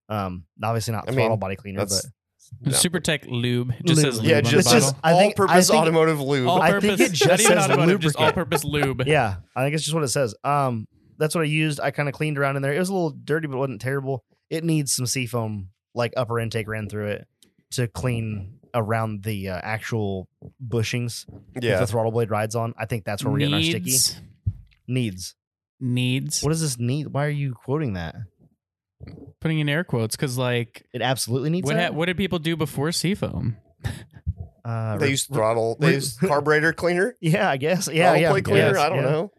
S1: Um obviously not
S2: I mean,
S1: throttle body cleaner, but
S2: That's no.
S3: Super Tech Lube. It just
S1: Lube.
S3: says lube
S2: yeah,
S3: on
S2: just,
S3: the
S1: It's
S2: just
S3: bottle.
S1: I
S2: all
S1: think- I
S2: purpose
S1: think-
S2: automotive lube.
S3: all
S1: I
S3: purpose.
S1: think it just
S3: not even
S1: says
S3: automotive, just
S1: lubricant.
S3: all purpose lube.
S1: Yeah, I think it's just what it says. Um, that's what I used. I kind of cleaned around in there. It was a little dirty, but it wasn't terrible. It needs some seafoam, like upper intake ran through it to clean around the uh, actual bushings. that
S2: yeah,
S1: the throttle blade rides on. I think that's where we're getting our sticky
S3: Needs.
S1: needs.
S3: Needs.
S1: What is this need? Why are you quoting that?
S3: Putting in air quotes because, like,
S1: It absolutely needs
S3: what, ha-
S1: that.
S3: what did people do before seafoam?
S1: uh,
S2: they
S1: re-
S2: used throttle. They
S1: re-
S2: used carburetor cleaner.
S1: yeah, I guess. Yeah,
S2: throttle
S1: yeah.
S2: plate cleaner.
S1: yes,
S2: I don't
S1: yeah.
S2: know.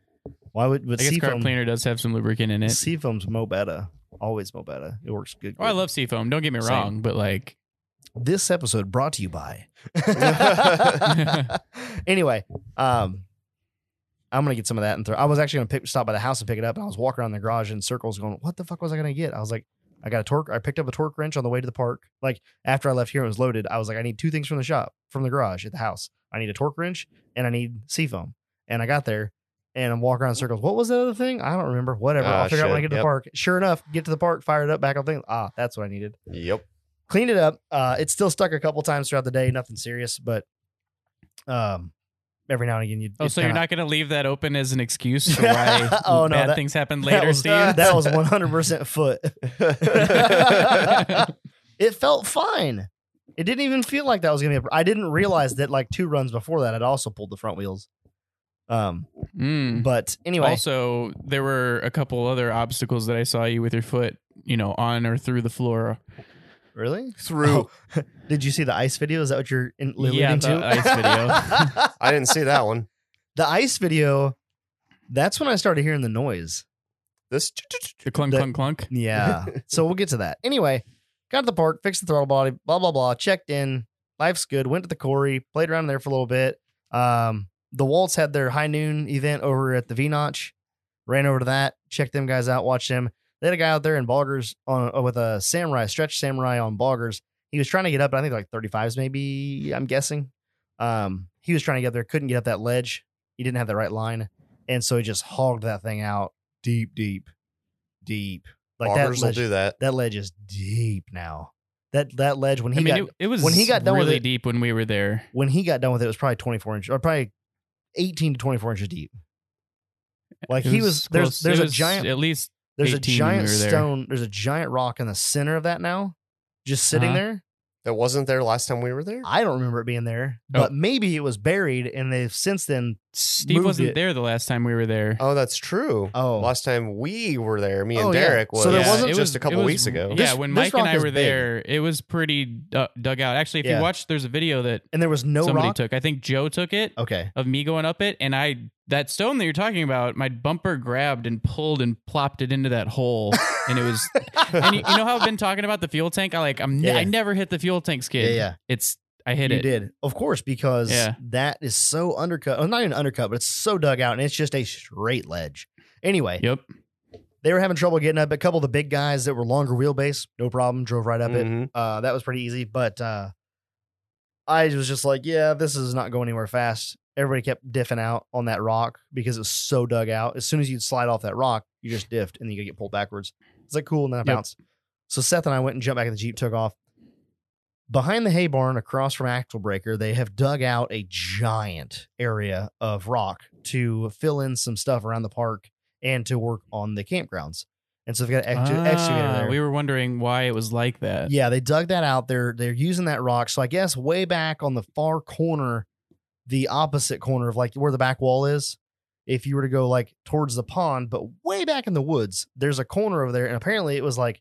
S1: Why would but
S3: I guess carb
S1: seafoam?
S3: cleaner does have some lubricant in it.
S1: Seafoam's Mo Better. Always Mo Better. It works good.
S3: Oh, I
S1: good.
S3: love seafoam. Don't get me
S1: Same.
S3: wrong, but like,
S1: this episode brought to you by.
S2: Yeah.
S1: anyway, um, I'm gonna get some of that and throw. I was actually gonna pick, stop by the house and pick it up, and I was walking around the garage in circles, going, "What the fuck was I gonna get?" I was like, "I got a torque. I picked up a torque wrench on the way to the park. Like after I left here and was loaded, I was like, I need two things from the shop, from the garage at the house. I need a torque wrench and I need seafoam. And I got there." And I'm walking around in circles. What was the other thing? I don't remember. Whatever.
S2: Ah,
S1: I'll figure out when I
S2: shit.
S1: get to the
S2: Yep.
S1: park. Sure enough, get to the park, fire it up, back on things. Ah, that's what I needed
S2: Yep.
S1: cleaned it up. Uh, it's still stuck a couple times throughout the day. Nothing serious, but um, every now and again you.
S3: oh,
S1: it's
S3: so you're
S1: kinda-
S3: not going to leave that open as an excuse for why
S1: Oh, no,
S3: bad
S1: that-
S3: things happen
S1: That
S3: later,
S1: was,
S3: Steve?
S1: That was 100 percent foot. It felt fine. It didn't even feel like that was gonna be. A, I didn't realize that like two runs before that, I'd also pulled the front wheels. Um,
S3: Mm.
S1: but anyway,
S3: Also, there were a couple other obstacles that I saw you with your foot, you know, on or through the floor.
S1: really,
S2: Through.
S1: did you see the ice video? Is that what you're in, alluding
S3: Oh. Yeah, the
S1: to?
S3: ice
S1: video.
S2: I didn't see that one.
S1: the ice video. That's when I started hearing the noise.
S2: This
S3: The clunk,
S1: That-
S3: clunk, clunk.
S1: Yeah. so we'll get to that. Anyway, got to the park, fixed the throttle body, blah, blah, blah, checked in. Life's good. Went to the quarry, played around there for a little bit. Um, the Waltz had their high noon event over at the V Notch. Ran over to that, checked them guys out, watched them. They had a guy out there in boggers on uh, with a samurai, stretch samurai on boggers. He was trying to get up, I think like 35s, maybe, I'm guessing. Um, he was trying to get up there, couldn't get up that ledge. He didn't have the right line. And so he just hogged that thing out deep, deep, deep. Like that
S2: augers will
S1: ledge,
S2: do that.
S1: that ledge is deep now. That that ledge when he
S3: I mean,
S1: got
S3: it, it was
S1: when he got done with
S3: really
S1: it-
S3: deep when we were there.
S1: when he got done with it, it was probably 24 inches or probably 18 to 24 inches deep. Like
S3: It
S1: he was, there's
S3: close.
S1: there's
S3: It
S1: a
S3: was
S1: giant
S3: at least
S1: there's a
S3: 18 when we
S1: giant
S3: were there.
S1: stone there's a giant rock in the center of that now, just sitting
S3: Uh-huh.
S1: there.
S2: That wasn't there last time we were there.
S1: I don't remember it being there, but maybe it was buried and they've since then.
S3: Oh. Steve
S1: moved
S3: wasn't
S1: it.
S3: there the last time we were there.
S2: Oh, that's true.
S1: Oh,
S2: Last time we were there, me and
S1: Oh, yeah.
S2: Derek was.
S1: So there
S3: Yeah,
S1: wasn't-
S3: it
S2: just
S3: was-
S2: a couple
S3: it was-
S2: weeks ago.
S3: Yeah,
S1: This-
S3: when
S1: this
S3: Mike and
S1: rock
S3: I
S1: is
S3: were
S1: big.
S3: there, it was pretty du- dug out. Actually, if
S1: Yeah.
S3: you watch, there's a video that
S1: and there was no
S3: somebody
S1: rock. Oh.
S3: took. I think Joe took it
S1: okay,
S3: of me going up it, and I that stone that you're talking about, my bumper grabbed and pulled and plopped it into that hole, and it was. and you, you know how I've been talking about the fuel tank? I like I'm ne-
S1: Yeah.
S3: I never hit the fuel tanks, kid.
S1: Yeah, yeah.
S3: It's I hit
S1: you
S3: it.
S1: did, of course, because
S3: Yeah.
S1: that is so undercut. Well, not even undercut, but it's so dug out, and it's just a straight ledge. Anyway,
S3: Yep.
S1: they were having trouble getting up. A couple of the big guys that were longer wheelbase, no problem, drove right up it.
S2: Mhm.
S3: Mm-hmm.
S1: Uh, that was pretty easy. But uh, I was just like, yeah, this is not going anywhere fast. Everybody kept diffing out on that rock because it was so dug out. As soon as you'd slide off that rock, you just diffed and you could get pulled backwards. It's like cool, and then I
S3: Yep.
S1: bounced. So Seth and I went and jumped back in the Jeep, took off. Behind the hay barn, across from Axle Breaker, they have dug out a giant area of rock to fill in some stuff around the park and to work on the campgrounds. And so they've got an ex- excavator
S3: Ah,
S1: there.
S3: we were wondering why it was like that.
S1: Yeah, they dug that out. They're they're using that rock. So I guess way back on the far corner, the opposite corner of like where the back wall is, if you were to go like towards the pond, but way back in the woods, there's a corner over there, and apparently it was like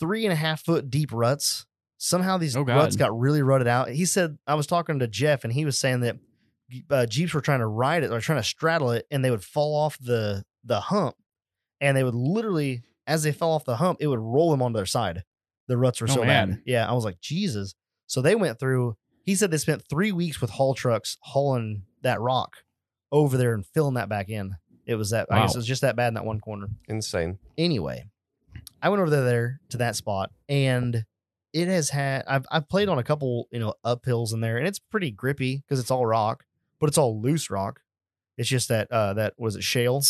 S1: three and a half foot deep ruts. Somehow these
S3: Oh, God.
S1: ruts got really rutted out. He said I was talking to Jeff, and he was saying that uh, jeeps were trying to ride it or trying to straddle it, and they would fall off the the hump, and they would literally, as they fell off the hump, it would roll them onto their side. The ruts were
S3: Oh,
S1: so
S3: man.
S1: bad. Yeah, I was like Jesus. So they went through. He said they spent three weeks with haul trucks hauling that rock over there and filling that back in. It was that. I guess
S3: Wow.
S1: it was just that bad in that one corner.
S2: Insane.
S1: Anyway, I went over there, there to that spot, and it has had. I've I've played on a couple, you know, uphills in there, and it's pretty grippy because it's all rock, but it's all loose rock. It's just that uh that was it shale,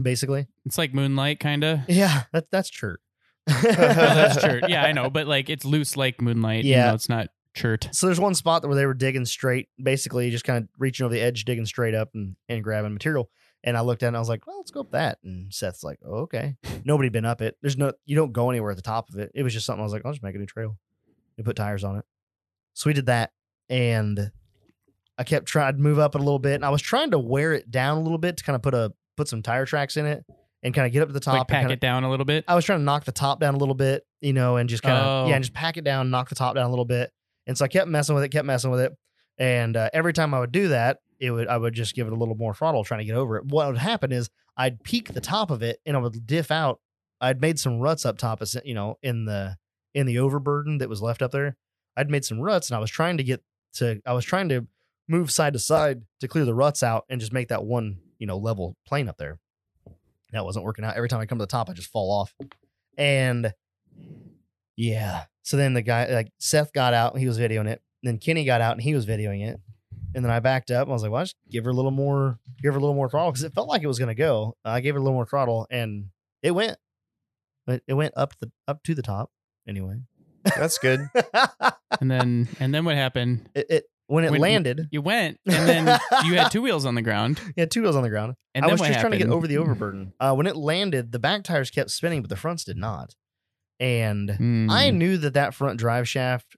S1: basically.
S3: It's like moonlight, kind of.
S1: Yeah, that that's chert.
S3: that's chert. Yeah, I know, but like it's loose like moonlight. Yeah,
S1: Yeah.
S3: it's not chert.
S1: So there's one spot where they were digging straight, basically just kind of reaching over the edge, digging straight up and, and grabbing material. And I looked down and I was like, well, let's go up that. And Seth's like, oh, okay. Nobody been up it. There's no, you don't go anywhere at the top of it. It was just something I was like, I'll just make a new trail and put tires on it. So we did that. And I kept trying to move up it a little bit. And I was trying to wear it down a little bit to kind of put a, put some tire tracks in it and kind of get up to the top
S3: Like
S1: and
S3: pack
S1: kinda-
S3: it down a little bit.
S1: I was trying to knock the top down a little bit, you know, and just kind of
S3: Oh.
S1: yeah, and just pack it down, knock the top down a little bit. And so I kept messing with it, kept messing with it, and uh, every time I would do that, it would I would just give it a little more throttle, trying to get over it. What would happen is I'd peak the top of it, and I would diff out. I'd made some ruts up top, as- you know, in the in the overburden that was left up there. I'd made some ruts, and I was trying to get to. I was trying to move side to side to clear the ruts out and just make that one you know level plane up there. That wasn't working out. Every time I come to the top, I just fall off. And yeah. So then the guy, like Seth got out and he was videoing it. And then Kenny got out and he was videoing it. And then I backed up and I was like, well, I just give her a little more, give her a little more throttle because it felt like it was going to go. I gave her a little more throttle and it went, it, it went up the, up to the top anyway.
S2: That's good.
S1: it,
S3: and then and then what happened?
S1: it, when it
S3: When-
S1: landed,
S3: You went, and then you had two wheels on the ground.
S1: it had two wheels on the ground.
S3: And
S1: I
S3: then
S1: was
S3: what
S1: just trying to get
S3: happened?
S1: over the overburden. Uh, when it landed, the back tires kept spinning, but the fronts did not. And
S3: Mm.
S1: I knew that that front drive shaft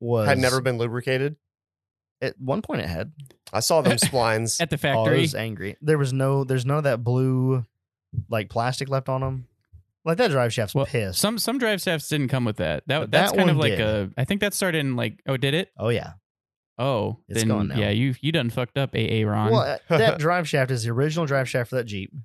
S1: was
S2: Had never been lubricated.
S1: at one point it had.
S2: I saw them splines.
S3: at the
S1: Oh, I
S3: factory.
S1: was angry. There was no, there's none of that blue, like plastic left on them. Like that drive shaft's
S3: Well,
S1: pissed.
S3: some some drive shafts didn't come with that. That
S1: But
S3: that's
S1: that
S3: kind of
S1: one
S3: like
S1: did.
S3: a. I think that started in like. Oh, did it?
S1: oh yeah.
S3: Oh,
S1: It's
S3: then
S1: gone now.
S3: yeah, you you done fucked up, AA Ron.
S1: Well, uh, that drive shaft is the original drive shaft for that Jeep,
S3: Um,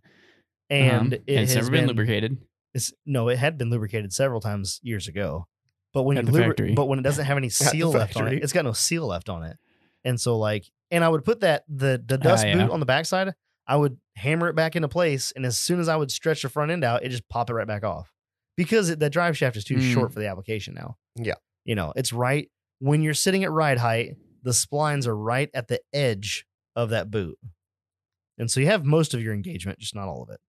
S1: and it
S3: it's
S1: has
S3: never been, lubricated.
S1: It's, no, it had been lubricated several times years ago, but when
S3: At
S1: you
S3: the
S1: lubri-
S3: factory.
S1: but when it doesn't have any
S2: the
S1: seal left on
S2: factory.
S1: it, it's got no seal left on it, and so like, and I would put that the the dust
S3: Ah, yeah.
S1: boot on the backside. I would hammer it back into place, and as soon as I would stretch the front end out, it just pop it right back off because it, the drive shaft is too
S3: Mm.
S1: short for the application now.
S2: Yeah.
S1: you know, it's right when you're sitting at ride height, the splines are right at the edge of that boot. And so you have most of your engagement, just not all of it.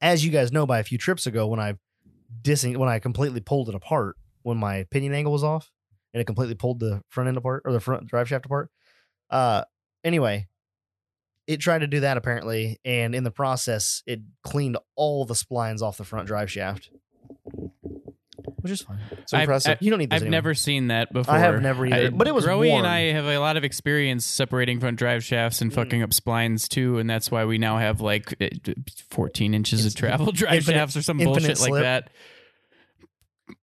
S1: As you guys know by a few trips ago when I dissing when I completely pulled it apart when my pinion angle was off and it completely pulled the front end apart or the front drive shaft apart. Uh anyway, it tried to do that apparently and in the process it cleaned all the splines off the front drive shaft. Which is fine.
S2: It's
S3: I've-
S2: impressive.
S1: You don't need those
S3: I've
S1: anymore.
S3: never seen that before.
S1: I have never either.
S3: I-
S1: but it was
S3: Rowie
S1: warm.
S3: and I have a lot of experience separating front drive shafts and
S1: Mm.
S3: fucking up splines too, and that's why we now have like it- 14 inches of
S1: It's
S3: travel drive
S1: infinite-
S3: shafts or some
S1: infinite
S3: bullshit like
S1: slip.
S3: that.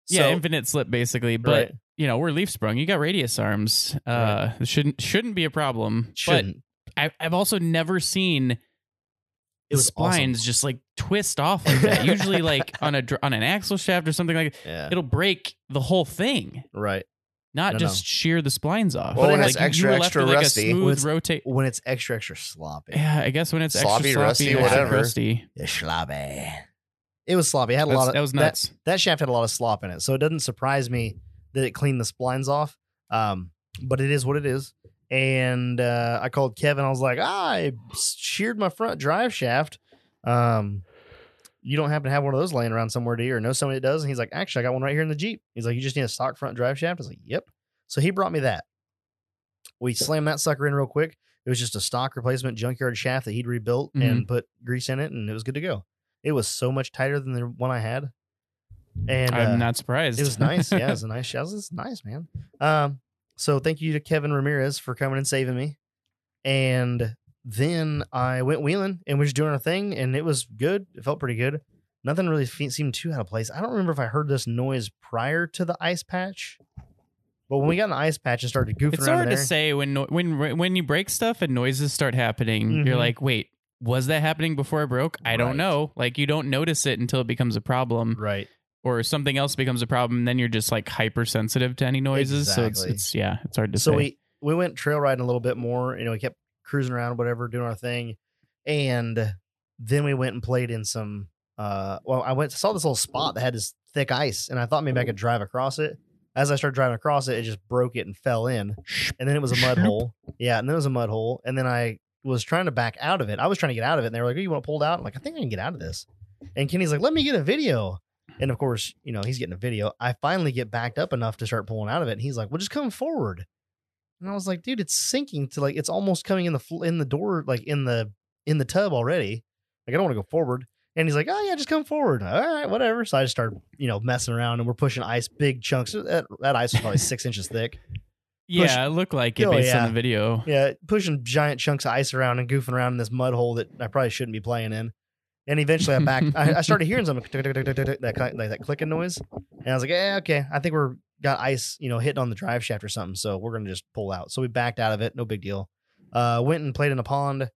S3: yeah,
S1: So-
S3: infinite slip basically, but
S1: Right.
S3: you know we're leaf sprung. You got radius arms. Uh, shouldn't shouldn't be a problem.
S1: shouldn't.
S3: But I, I've also never seen
S1: it was
S3: splines
S1: awesome.
S3: just like twist off like that. Usually, like on a dr- on an axle shaft or something like
S1: Yeah.
S3: it'll break the whole thing,
S1: Right.
S3: not
S1: No,
S3: just
S1: no.
S3: shear the splines off.
S2: Well,
S1: and
S3: like,
S1: it's
S2: extra,
S3: you were
S2: extra
S3: left with, like,
S2: rusty.
S3: A
S1: Well,
S3: smooth
S1: it's-
S3: rotate.
S1: When it's extra, extra sloppy.
S3: Yeah, I guess when it's
S2: Sloppy,
S3: extra
S2: rusty,
S3: sloppy, and extra
S2: whatever.
S3: crusty.
S1: It's sloppy. It was sloppy. It had a
S3: That's-
S1: lot of
S3: that was nuts.
S1: that shaft had a lot of slop in it, so it doesn't surprise me that it cleaned the splines off. Um, but it is what it is. And uh, I called Kevin. I was like, ah, I sheared my front drive shaft. Um, you don't happen to have one of those laying around somewhere, do you? Or know somebody that does? And he's like, actually, I got one right here in the Jeep. He's like, you just need a stock front drive shaft. I was like, yep. So he brought me that. We slammed that sucker in real quick. It was just a stock replacement junkyard shaft that he'd rebuilt and put grease in it, and it was good to go. It was so much tighter than the one I had. And
S3: I'm
S1: uh,
S3: not surprised.
S1: it was nice. Yeah, it was a nice shout. It's nice, man. Um, so thank you to Kevin Ramirez for coming and saving me. And then I went wheeling and we were just doing our thing, and it was good. It felt pretty good. Nothing really fe- seemed too out of place. I don't remember if I heard this noise prior to the ice patch, but when we got in the ice patch and started goofing
S3: it's
S1: around
S3: hard
S1: in
S3: to
S1: there,
S3: say when no- when when you break stuff and noises start happening. You're
S1: Mhm.
S3: like, wait, was that happening before I broke? I don't
S1: Right.
S3: know. Like you don't notice it until it becomes a problem,
S1: right?
S3: or something else becomes a problem. Then you're just like hypersensitive to any noises. So
S1: Exactly.
S3: it's, it's yeah, it's hard to
S1: so
S3: say.
S1: we we went trail riding a little bit more you know we kept cruising around whatever doing our thing and then we went and played in some uh well I went saw this little spot that had this thick ice and I thought maybe I could drive across it. As I started driving across it, it just broke it and fell in. And then it was a mud
S3: Shnoop.
S1: hole. Yeah, and then it was a mud hole. And then I was trying to back out of it. I was trying to get out of it and they were like, Oh, you want pulled out? I'm like, I think I can get out of this. And Kenny's like, Let me get a video. And of course, you know, he's getting a video. I finally get backed up enough to start pulling out of it. And he's like, Well, just come forward. And I was like, dude, it's sinking to like it's almost coming in the fl- in the door, like in the in the tub already. Like I don't want to go forward. And he's like, oh yeah, just come forward. All right, whatever. So I just started, you know, messing around, and we're pushing ice, big chunks. uh, That, that ice was probably six inches thick.
S3: Yeah, it looked like it
S1: Oh,
S3: based
S1: yeah.
S3: on the video.
S1: Yeah, pushing giant chunks of ice around and goofing around in this mud hole that I probably shouldn't be playing in. And eventually, I back. I, I started hearing something tick, tick, tick, tick, tick, tick, that kind- like that clicking noise, and I was like, "Yeah, okay, I think we're got ice, you know, hitting on the drive shaft or something. So we're gonna just pull out." So we backed out of it, no big deal. Uh, went and played in a pond,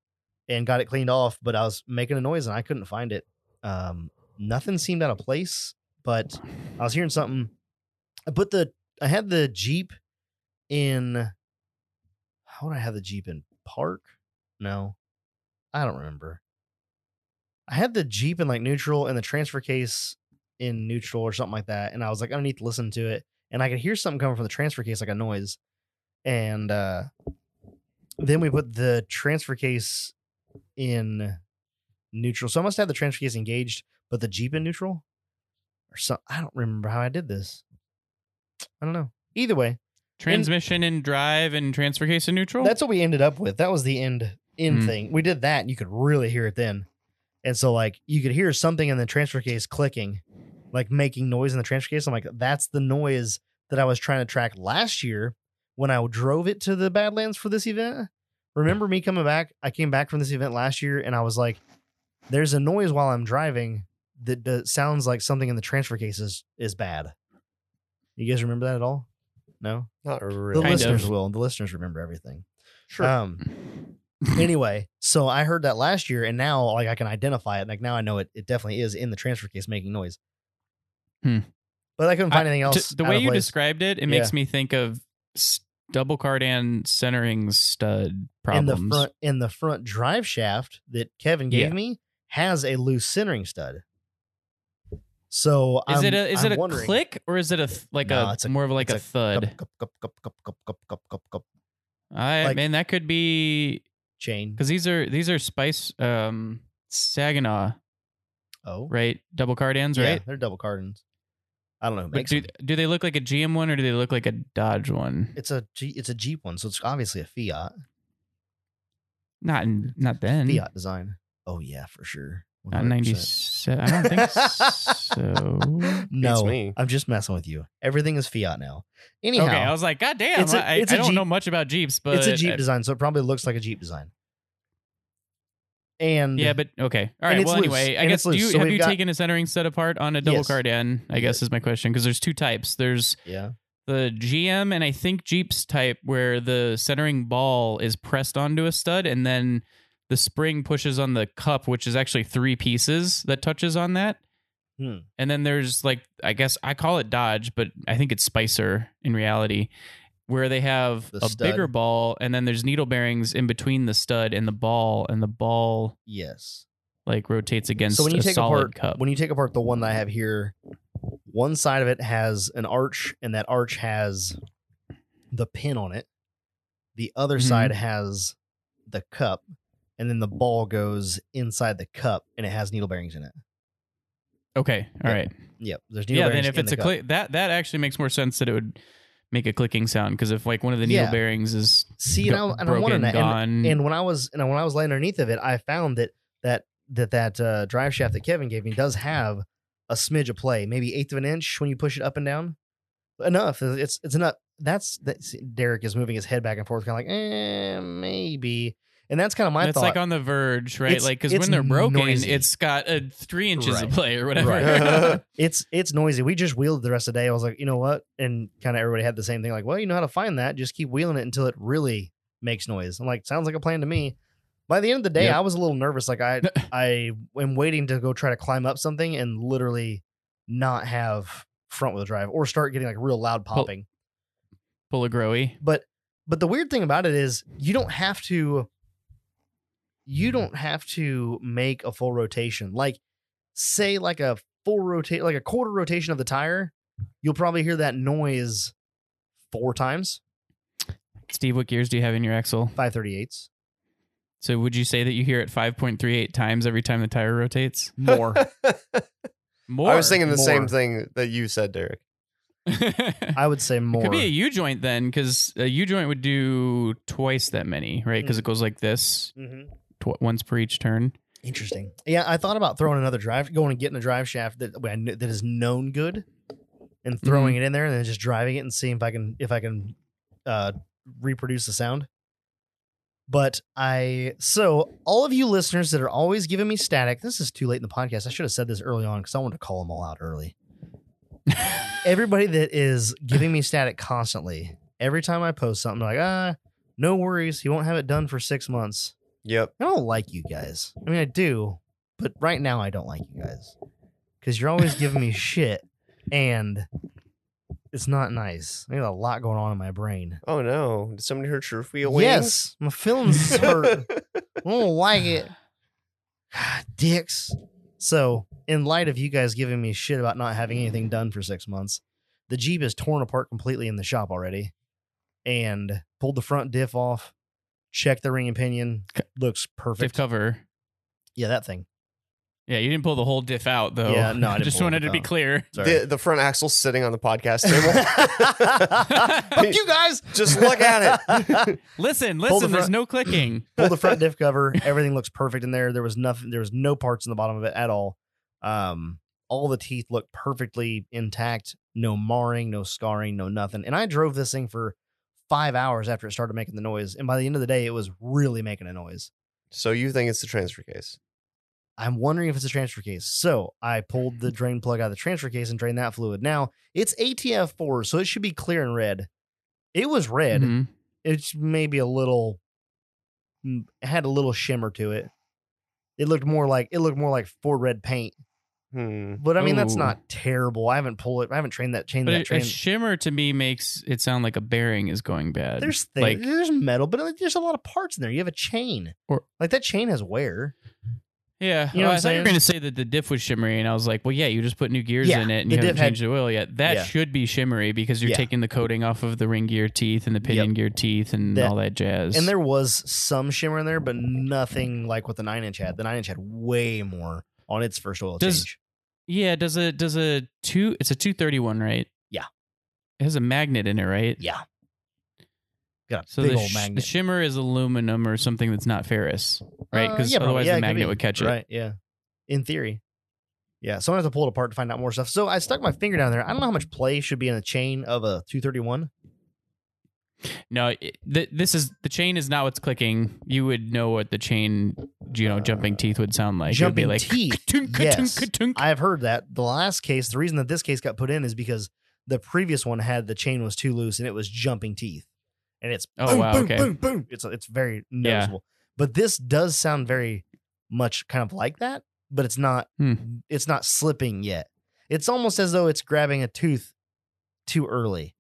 S1: and got it cleaned off. But I was making a noise and I couldn't find it. Um, nothing seemed out of place, but I was hearing something. I put the I had the Jeep in how would I have the Jeep in park? No. I don't remember. I had the Jeep in like neutral and the transfer case in neutral or something like that. And I was like, I need to listen to it. And I could hear something coming from the transfer case, like a noise. And uh then we put the transfer case in neutral. So I must have the transfer case engaged, but the Jeep in neutral or so I don't remember how I did this. I don't know. Either way,
S3: Transmission and drive and transfer case in neutral.
S1: that's what we ended up with. That was the end end
S3: Hmm.
S1: thing. We did that, and you could really hear it then. And so, like, you could hear something in the transfer case clicking, like making noise in the transfer case. I'm like, that's the noise that I was trying to track last year when I drove it to the Badlands for this event. Remember me coming back? I came back from this event last year, and I was like, "There's a noise while I'm driving that, that sounds like something in the transfer case is is bad." You guys remember that at all? No,
S2: Not
S1: the
S2: really.
S3: Kind of.
S1: listeners will. The listeners remember everything.
S2: Sure.
S1: Um, anyway, so I heard that last year, and now like I can identify it. Like now I know it. It definitely is in the transfer case making noise.
S3: Hmm.
S1: But I couldn't find
S3: I-
S1: anything
S3: to-
S1: else.
S3: the
S1: out
S3: way
S1: of
S3: you
S1: place.
S3: described it, it makes me think of s- double cardan centering stud
S1: in
S3: problems.
S1: the front in the front drive shaft that Kevin gave
S3: Yeah.
S1: me has a loose centering stud. So
S3: is
S1: I'm,
S3: it a is
S1: I'm
S3: it a
S1: wondering-
S3: click or is it a th- like
S1: No,
S3: a,
S1: it's a-
S3: more of like a
S1: it's
S3: thud?
S1: Cup, cup, cup, cup, cup, cup, cup, cup, cup,
S3: I
S1: like-
S3: man, that could be
S1: chain.
S3: because these are these are spice um Saginaw
S1: Oh,
S3: right double cardans
S1: Yeah,
S3: right.
S1: they're double cardons. I don't know. who
S3: But
S1: makes
S3: do
S1: them.
S3: do they look like a GM one or do they look like a Dodge one?
S1: It's a G, it's a Jeep one, so it's obviously a Fiat.
S3: Not in, not then.
S1: Fiat design. Oh yeah, for sure.
S3: Not
S1: 100%.
S3: ninety seven. I don't think so.
S1: No,
S2: me.
S1: I'm just messing with you. Everything is Fiat now. Anyhow,
S3: Okay, I was like, God damn!
S1: It's a-
S3: I-
S1: it's
S3: I
S1: a
S3: don't
S1: Jeep-
S3: know much about Jeeps, but
S1: it's a Jeep
S3: I-
S1: design, so it probably looks like a Jeep design. And
S3: Yeah, but okay. All
S1: And
S3: right.
S1: it's
S3: Well,
S1: loose.
S3: anyway, I
S1: And
S3: guess
S1: it's
S3: do
S1: loose.
S3: you
S1: So
S3: have
S1: we've
S3: you
S1: got-
S3: taken a centering set apart on a double
S1: Yes.
S3: cardan? I guess is my question because there's two types. There's
S1: yeah,
S3: the GM and I think Jeep's type where the centering ball is pressed onto a stud and then the spring pushes on the cup, which is actually three pieces that touches on that.
S1: Hmm.
S3: And then there's like I guess I call it Dodge, but I think it's Spicer in reality, where they have
S1: The
S3: a
S1: stud.
S3: bigger ball and then there's needle bearings in between the stud and the ball, and the ball
S1: yes.
S3: like rotates against
S1: So when you
S3: a
S1: take
S3: solid
S1: apart
S3: cup.
S1: when you take apart the one that I have here, one side of it has an arch, and that arch has the pin on it. The other
S3: Mhm.
S1: side has the cup, and then the ball goes inside the cup, and it has needle bearings in it.
S3: okay, all
S1: Yeah.
S3: right,
S1: Yep. There's needle
S3: yeah.
S1: bearings
S3: Then if
S1: in
S3: it's
S1: the
S3: a
S1: cup.
S3: click, that that actually makes more sense that it would make a clicking sound because if like one of the needle
S1: Yeah.
S3: bearings is
S1: See, and
S3: go-
S1: I, and I
S3: broken,
S1: wanted that. And,
S3: gone,
S1: and when I was and when I was laying underneath of it, I found that that that that uh, drive shaft that Kevin gave me does have a smidge of play, maybe eighth of an inch when you push it up and down. Enough. It's it's enough. That's that's Derek is moving his head back and forth, kind of like eh, maybe. And that's kind of my
S3: that's
S1: thought.
S3: like on the verge, right?
S1: It's-
S3: like because
S1: it's
S3: when they're broken,
S1: noisy.
S3: it's got uh, three inches
S1: Right.
S3: of play or whatever.
S2: Right.
S1: it's it's noisy. We just wheeled the rest of the day. I was like, you know what? And kind of everybody had the same thing. Like, well, you know how to find that. Just keep wheeling it until it really makes noise. I'm like, sounds like a plan to me. By the end of the day,
S3: Yep.
S1: I was a little nervous. Like I I am waiting to go try to climb up something and literally not have front wheel drive or start getting like real loud popping.
S3: Pull a growy.
S1: But but the weird thing about it is you don't have to you don't have to make a full rotation. Like say like a full rotate, like a quarter rotation of the tire, you'll probably hear that noise four times.
S3: Steve, what gears do you have in your axle?
S1: 538s
S3: So would you say that you hear it 5.38 times every time the tire rotates?
S1: more.
S3: More.
S2: I was thinking the same
S1: more.
S2: thing that you said, Derek.
S1: I would say more.
S3: Could be a U joint then, because a U joint would do twice that many, right?
S1: Hmm.
S3: Because it goes like this,
S1: Mhm.
S3: tw- once per each turn.
S1: Interesting. Yeah, I thought about throwing another drive, going and getting a drive shaft that I kn- that is known good, and throwing it in there, and then just driving it and seeing if I can if I can uh, reproduce the sound. But I so all of you listeners that are always giving me static. This is too late in the podcast. I should have said this early on because I wanted to call them all out early. Everybody that is giving me static constantly every time I post something, they're like ah, no worries, you won't have it done for six months.
S2: Yep.
S1: I don't like you guys. I mean, I do, but right now I don't like you guys because you're always giving me shit, and it's not nice. I got a lot going on in my brain.
S2: Oh no! Did somebody hurt your wheel wings?
S1: Yes, my feelings hurt. I don't like it. Dicks. So, in light of you guys giving me shit about not having anything done for six months, the Jeep is torn apart completely in the shop already and pulled the front diff off, checked the ring and pinion. Looks
S3: Diff
S1: perfect.
S3: cover.
S1: Yeah, that thing.
S3: Yeah, you didn't pull the whole diff out though.
S1: Yeah, no, I didn't
S3: just
S1: pull
S3: wanted
S1: it
S3: to be
S1: out.
S3: clear.
S2: the, the front axle's sitting on the podcast table.
S1: Fuck you guys.
S2: Just look at it.
S3: listen,
S1: Pull the
S3: listen. There's
S1: front-
S3: no clicking.
S1: Pull the front diff cover. Everything looks perfect in there. There was nothing. There was no parts in the bottom of it at all. Um, all the teeth look perfectly intact. No marring, no scarring, no nothing. And I drove this thing for five hours after it started making the noise. And by the end of the day, it was really making a noise.
S2: so you think it's the transfer case?
S1: I'm wondering if it's a transfer case. So I pulled the drain plug out of the transfer case and drained that fluid. Now it's ATF four, so it should be clear and red. It was red.
S3: Mhm.
S1: it's maybe a little m- had a little shimmer to it. It looked more like it looked more like Ford red paint,
S2: Hmm.
S1: but I mean that's
S3: Ooh.
S1: not terrible. I haven't pulled it. I haven't trained that chain
S3: But
S1: that
S3: a, a
S1: train.
S3: shimmer to me makes it sound like a bearing is going bad.
S1: there's things,
S3: like-
S1: there's metal, but like, there's a lot of parts in there. You have a chain,
S3: Or-
S1: like that chain has wear.
S3: yeah,
S1: You know what
S3: Well, I
S1: I'm
S3: thought you were
S1: saying?
S3: going to say that the diff was shimmery, and I was like, well, yeah, you just put new gears
S1: Yeah,
S3: in it and
S1: the
S3: you haven't
S1: diff had-
S3: changed the oil yet. That
S1: Yeah.
S3: should be shimmery because you're
S1: Yeah.
S3: taking the coating off of the ring gear teeth and the pinion gear teeth and
S1: That-
S3: all that jazz.
S1: And there was some shimmer in there, but nothing like what the nine inch had. The nine inch had way more on its first oil
S3: Does-
S1: change.
S3: Yeah, does a does a two? It's a two thirty one, right?
S1: Yeah.
S3: it has a magnet in it, right?
S1: Yeah, got a
S3: So
S1: big
S3: the,
S1: old
S3: sh-
S1: magnet.
S3: the shimmer is aluminum or something that's not ferrous, right?
S1: Uh,
S3: Because
S1: yeah, probably.
S3: otherwise
S1: Yeah, it
S3: the
S1: could
S3: magnet
S1: be.
S3: would catch it.
S1: Right. Yeah. In theory. Yeah. So I'm gonna have to pull it apart to find out more stuff. So I stuck my finger down there. I don't know how much play should be in a chain of a 231.
S3: No, it, th- this is the chain is not what's clicking. You would know what the chain, you know, jumping teeth would sound like. It would be
S1: Uh, Jumping
S3: like,
S1: teeth,
S3: "Ka-tunk, ka-tunk,
S1: yes.
S3: ka-tunk."
S1: I have heard that the last case, the reason that this case got put in is because the previous one had the chain was too loose and it was jumping teeth, and it's
S3: Oh,
S1: boom,
S3: wow,
S1: boom,
S3: okay.
S1: boom, boom. It's it's very
S3: Yeah.
S1: noticeable. But this does sound very much kind of like that, but it's not
S3: Hmm.
S1: it's not slipping yet. It's almost as though it's grabbing a tooth too early.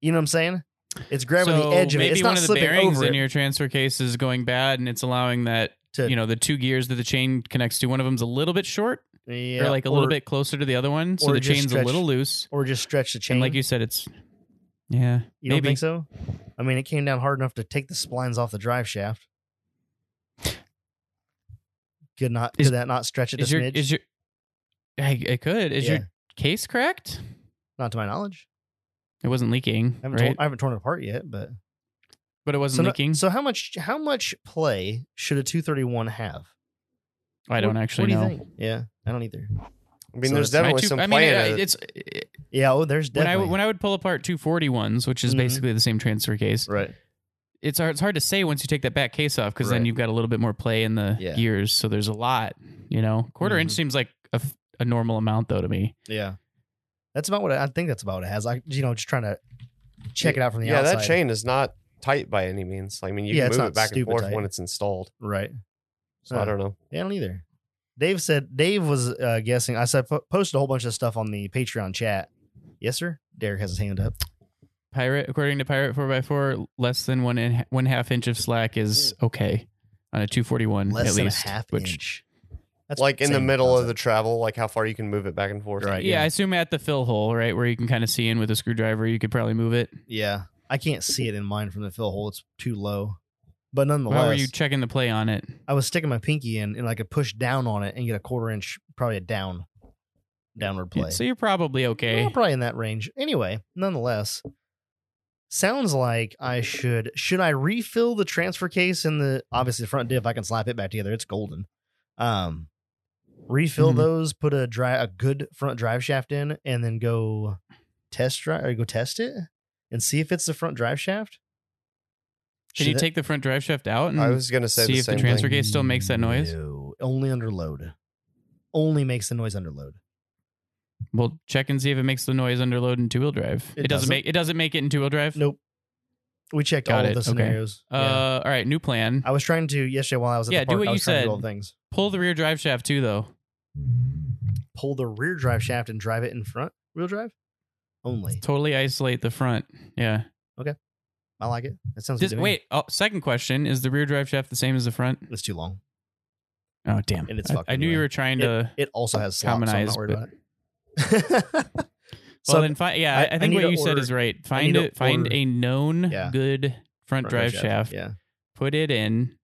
S1: You know what I'm saying? It's grabbing
S3: So
S1: the edge of
S3: maybe
S1: it. It's
S3: one
S1: not
S3: of the
S1: slipping
S3: bearings
S1: over
S3: in
S1: it
S3: your transfer case is going bad, and it's allowing that
S1: to
S3: you know the two gears that the chain connects to. One of them's a little bit short,
S1: yeah,
S3: or like a little bit closer to the other one, so
S1: or
S3: the
S1: just
S3: chain's
S1: stretch-
S3: a little loose.
S1: or just stretch the chain.
S3: And like you said, it's yeah,
S1: You
S3: maybe.
S1: don't think so? I mean, it came down hard enough to take the splines off the drive shaft. Could not
S3: Is-
S1: could that not stretch it a
S3: Is your
S1: smidge?
S3: is your I, it could is
S1: Yeah.
S3: your case cracked?
S1: not to my knowledge.
S3: It wasn't leaking,
S1: I haven't,
S3: right?
S1: torn, I haven't torn it apart yet, but
S3: but it
S1: so,
S3: wasn't
S1: no-
S3: leaking.
S1: so how much how much play should a 231 have?
S3: I don't actually
S1: what do
S3: know.
S1: You think? Yeah, I don't either.
S2: I mean,
S1: So
S2: there's
S1: it's my
S3: My
S2: definitely
S3: two-
S2: some
S3: I mean,
S2: play in
S3: I-
S2: it.
S3: it's
S1: Yeah, oh, there's
S3: when I
S1: definitely
S3: when I would pull apart 241s, which is
S1: Mhm.
S3: basically the same transfer case.
S1: right.
S3: It's hard, it's hard to say once you take that back case off because then
S1: Right.
S3: you've got a little bit more play in the
S1: Yeah.
S3: gears. So there's a lot, you know. Quarter inch
S1: Mhm.
S3: seems like a, f- a normal amount though to me.
S1: Yeah, that's about what I, I think. That's about what it has. I you know just trying to check it out from the
S2: yeah,
S1: outside.
S2: that chain is not tight by any means. Like, I mean, you
S1: Yeah,
S2: can
S1: it's
S2: move
S1: not
S2: it back and
S1: stupid
S2: forth
S1: tight.
S2: when it's installed.
S1: right.
S2: So I
S1: Huh.
S2: don't know.
S1: Yeah, I don't either. Dave said Dave was uh, guessing. I said po- posted a whole bunch of stuff on the Patreon chat. Yes, sir. Derek has his hand up.
S3: Pirate, according to Pirate Four x Four, less than one in, one half inch of slack is okay on a two forty one
S1: Hmm. Less
S3: Mm, at
S1: than
S3: least.
S1: a half
S3: which
S1: inch. That's
S2: like in the
S1: same
S2: middle of the
S1: concept.
S2: travel, like how far you can move it back and forth.
S1: Right.
S3: uh, yeah,
S1: yeah.
S3: I assume at the fill hole, right, where you can kind of see in with a screwdriver, you could probably move it.
S1: Yeah, I can't see it in mine from the fill hole. It's too low. But nonetheless,
S3: How were you checking the play on it?
S1: I was sticking my pinky in and I could push down on it and get a quarter inch, probably a down, downward play.
S3: So you're probably okay.
S1: Well, probably in that range. Anyway, nonetheless, sounds like I should should I refill the transfer case in the obviously the front diff? I can slap it back together. It's golden. Um, refill
S3: Mhm.
S1: those, put a dry a good front drive shaft in, and then go test drive or go test it and see if it's the front drive shaft.
S3: Can
S1: Should
S3: you
S1: it-
S3: take the front drive shaft out? And
S2: I
S1: Hmm.
S2: was gonna say
S3: see
S2: the
S3: if the
S2: same
S3: transfer
S2: thing.
S3: case still makes that noise?
S1: No, only under load. Only makes the noise under load.
S3: we'll check and see if it makes the noise under load in two wheel drive. It,
S1: It
S3: doesn't
S1: doesn't?
S3: make it doesn't make it in two wheel drive.
S1: Nope. We checked
S3: Got
S1: all
S3: it.
S1: of the
S3: Okay.
S1: scenarios.
S3: Uh,
S1: Yeah.
S3: all right, new plan.
S1: I was trying to yesterday while I was at
S3: Yeah,
S1: the
S3: do
S1: park.
S3: what
S1: I
S3: you
S1: was trying to do all
S3: said.
S1: the things.
S3: Pull the rear drive shaft too, though.
S1: pull the rear drive shaft and drive it in front wheel drive only.
S3: Totally isolate the front. Yeah.
S1: I like it. That sounds
S3: This-
S1: good. to me.
S3: wait. Oh, second question: Is the rear drive shaft the same as the front?
S1: it's too long.
S3: Oh, damn.
S1: And it's
S3: I,
S1: fucked
S3: I knew you
S1: anyway.
S3: were trying to.
S1: It also has slots. So I'm
S3: Commonize,
S1: not worried about it.
S3: well, then fi- yeah,
S1: I-
S3: I,
S1: I
S3: think
S1: need
S3: what
S1: to
S3: you said
S1: order-
S3: is right.
S1: I
S3: Find
S1: need to
S3: it. Find
S1: order-
S3: a known
S1: Yeah.
S3: good front, drive, shaft.
S1: Yeah.
S3: Put it in,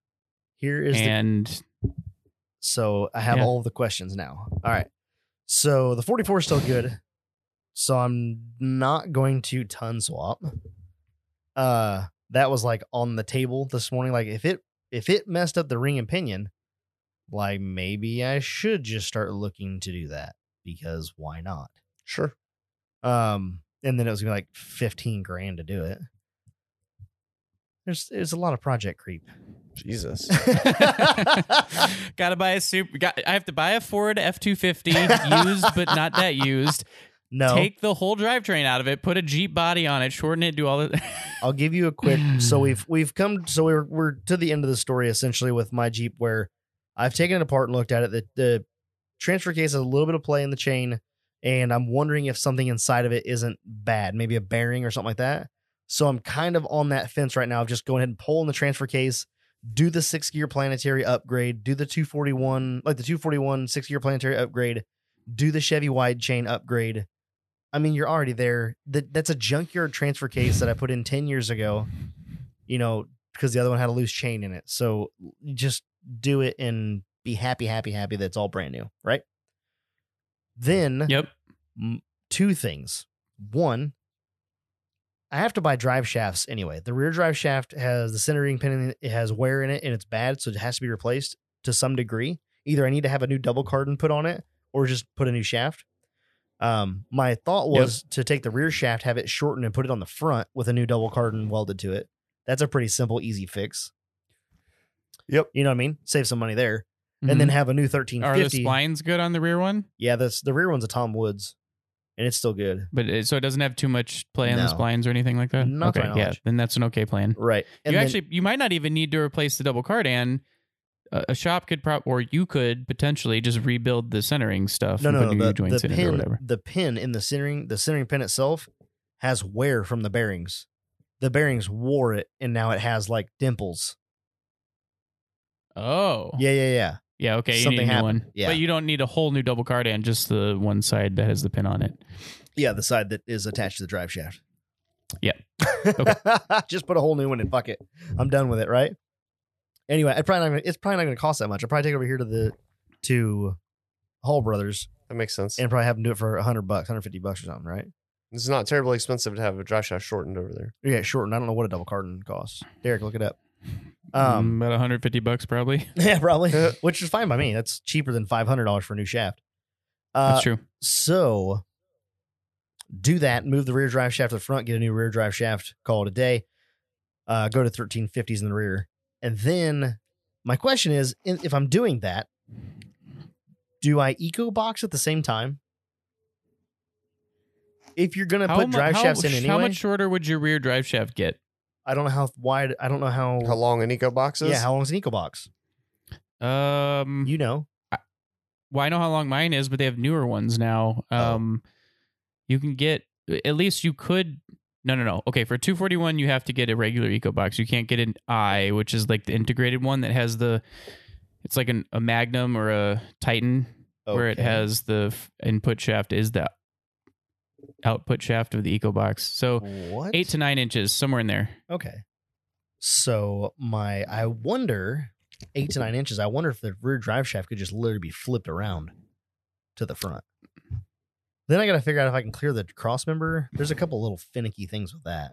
S1: Here is the
S3: and
S1: So I have
S3: Yeah.
S1: all of the questions now. All right. So the 44 is still good. So I'm not going to ton swap. Uh that was like on the table this morning. Like if it if it messed up the ring and pinion, like maybe I should just start looking to do that because why not?
S2: Sure.
S1: Um and then it was gonna be like 15 grand to do it. There's there's a lot of project creep.
S2: Jesus.
S3: gotta buy a super. Got, I have to buy a Ford F two fifty used, but not that used.
S1: no.
S3: Take the whole drivetrain out of it, put a Jeep body on it, shorten it, do all the.
S1: I'll give you a quick. So we've we've come. So we're we're to the end of the story essentially with my Jeep, where I've taken it apart and looked at it. The the transfer case has a little bit of play in the chain, and I'm wondering if something inside of it isn't bad, maybe a bearing or something like that. So I'm kind of on that fence right now of just going ahead and pulling the transfer case, do the six gear planetary upgrade, do the 241 like the 241 six gear planetary upgrade, do the Chevy wide chain upgrade. I mean, you're already there. That that's a junkyard transfer case that I put in ten years ago. You know, because the other one had a loose chain in it. So just do it and be happy, happy, happy. That's all brand new, right? Then
S3: yep.
S1: two things. One, I have to buy drive shafts anyway. The rear drive shaft has the centering pin, in it, it has wear in it, and it's bad, so it has to be replaced to some degree. Either I need to have a new double cardan put on it, or just put a new shaft. Um, my thought
S3: Yep.
S1: was to take the rear shaft, have it shortened, and put it on the front with a new double cardan welded to it. That's a pretty simple, easy fix.
S2: Yep.
S1: You know what I mean? Save some money there, and then
S3: Mhm.
S1: have a new
S3: are the
S1: 1350.
S3: splines good on the rear one?
S1: yeah, that's the rear one's a Tom Woods, and it's still good.
S3: But it, so it doesn't have too much play on the
S1: No.
S3: splines or anything like that.
S1: Not to
S3: okay,
S1: my
S3: yeah,
S1: knowledge.
S3: then that's an okay plan.
S1: Right. And
S3: you
S1: then-
S3: actually you might not even need to replace the double cardan. A, a shop could prop or you could potentially just rebuild the centering stuff.
S1: no,
S3: and
S1: no,
S3: put
S1: no.
S3: new
S1: The,
S3: joints
S1: the
S3: in it or
S1: pin,
S3: whatever.
S1: the pin in the centering, the centering pin itself has wear from the bearings. The bearings wore it, and now it has like dimples.
S3: Oh,
S1: Yeah, yeah, yeah.
S3: Yeah, okay, you
S1: Something
S3: need a new
S1: happened.
S3: one.
S1: Yeah.
S3: But you don't need a whole new double cardan, just the one side that has the pin on it.
S1: Yeah, the side that is attached to the drive shaft.
S3: Yeah.
S1: Okay. Just put a whole new one in. Fuck it. I'm done with it. Right. Anyway, I probably not gonna, it's probably not going to cost that much. I'll probably take it over here to the to Hall Brothers
S2: That makes sense.
S1: and probably have them do it for hundred bucks, hundred fifty bucks or something. Right.
S2: It's not terribly expensive to have a drive shaft shortened over there.
S1: Yeah, shortened. I don't know what a double carton costs. Derek, look it up.
S3: Um, about 150 bucks probably.
S1: Yeah, probably.
S2: Yeah.
S1: Which is fine by me. That's cheaper than five hundred dollars for a new shaft. Uh,
S3: That's true.
S1: so do that. Move the rear drive shaft to the front. Get a new rear drive shaft. Call it a day. Uh, go to thirteen fifties in the rear, and then my question is: in- if I'm doing that, do I eco box at the same time? If you're gonna put
S3: mu-
S1: drive
S3: how-
S1: shafts in
S3: sh-
S1: anyway,
S3: How much shorter would your rear drive shaft get?
S1: I don't know how wide. I don't know how.
S2: How long an eco box is?
S1: Oh. yeah, how long is an eco box?
S3: Um,
S1: You know,
S3: well, I know how long mine is, but they have newer ones now.
S1: Oh.
S3: Um, you can get at least you could. No, no, no. Okay, for 241, you have to get a regular eco box. You can't get an I, which is like the integrated one that has the It's like an, a Magnum or a Titan where it
S1: Okay.
S3: has the f- input shaft is the output shaft of the EcoBox. So
S1: what
S3: eight to nine inches, somewhere in there.
S1: Okay. So my I wonder eight to nine inches. I wonder if the rear drive shaft could just literally be flipped around to the front. Then I gotta figure out if I can clear the cross member. There's a couple little finicky things with that.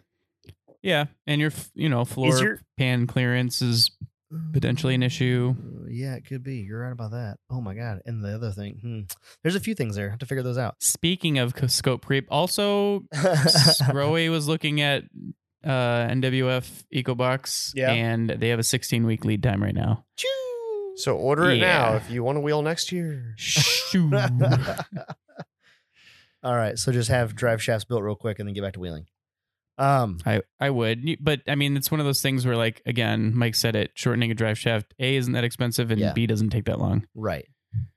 S3: Yeah, and your f- you know floor
S1: Is your
S3: pan clearance is potentially an issue.
S1: Uh, Yeah, it could be. You're right about that. Oh my god. And the other thing, hmm. there's a few things there. I have to figure those out.
S3: Speaking of c- scope creep, also Rowie was looking at uh, NWF EcoBox,
S1: Yeah.
S3: and they have a 16 week lead time right now.
S1: Choo!
S2: So order it now
S3: Yeah.
S2: if you want a wheel next year.
S3: Shoo.
S1: All right. So just have drive shafts built real quick and then get back to wheeling. Um.
S3: I I would, You- but I mean, it's one of those things where, like, again, Mike said it: shortening a drive shaft, a isn't that expensive, and
S1: Yeah.
S3: b doesn't take that long.
S1: Right.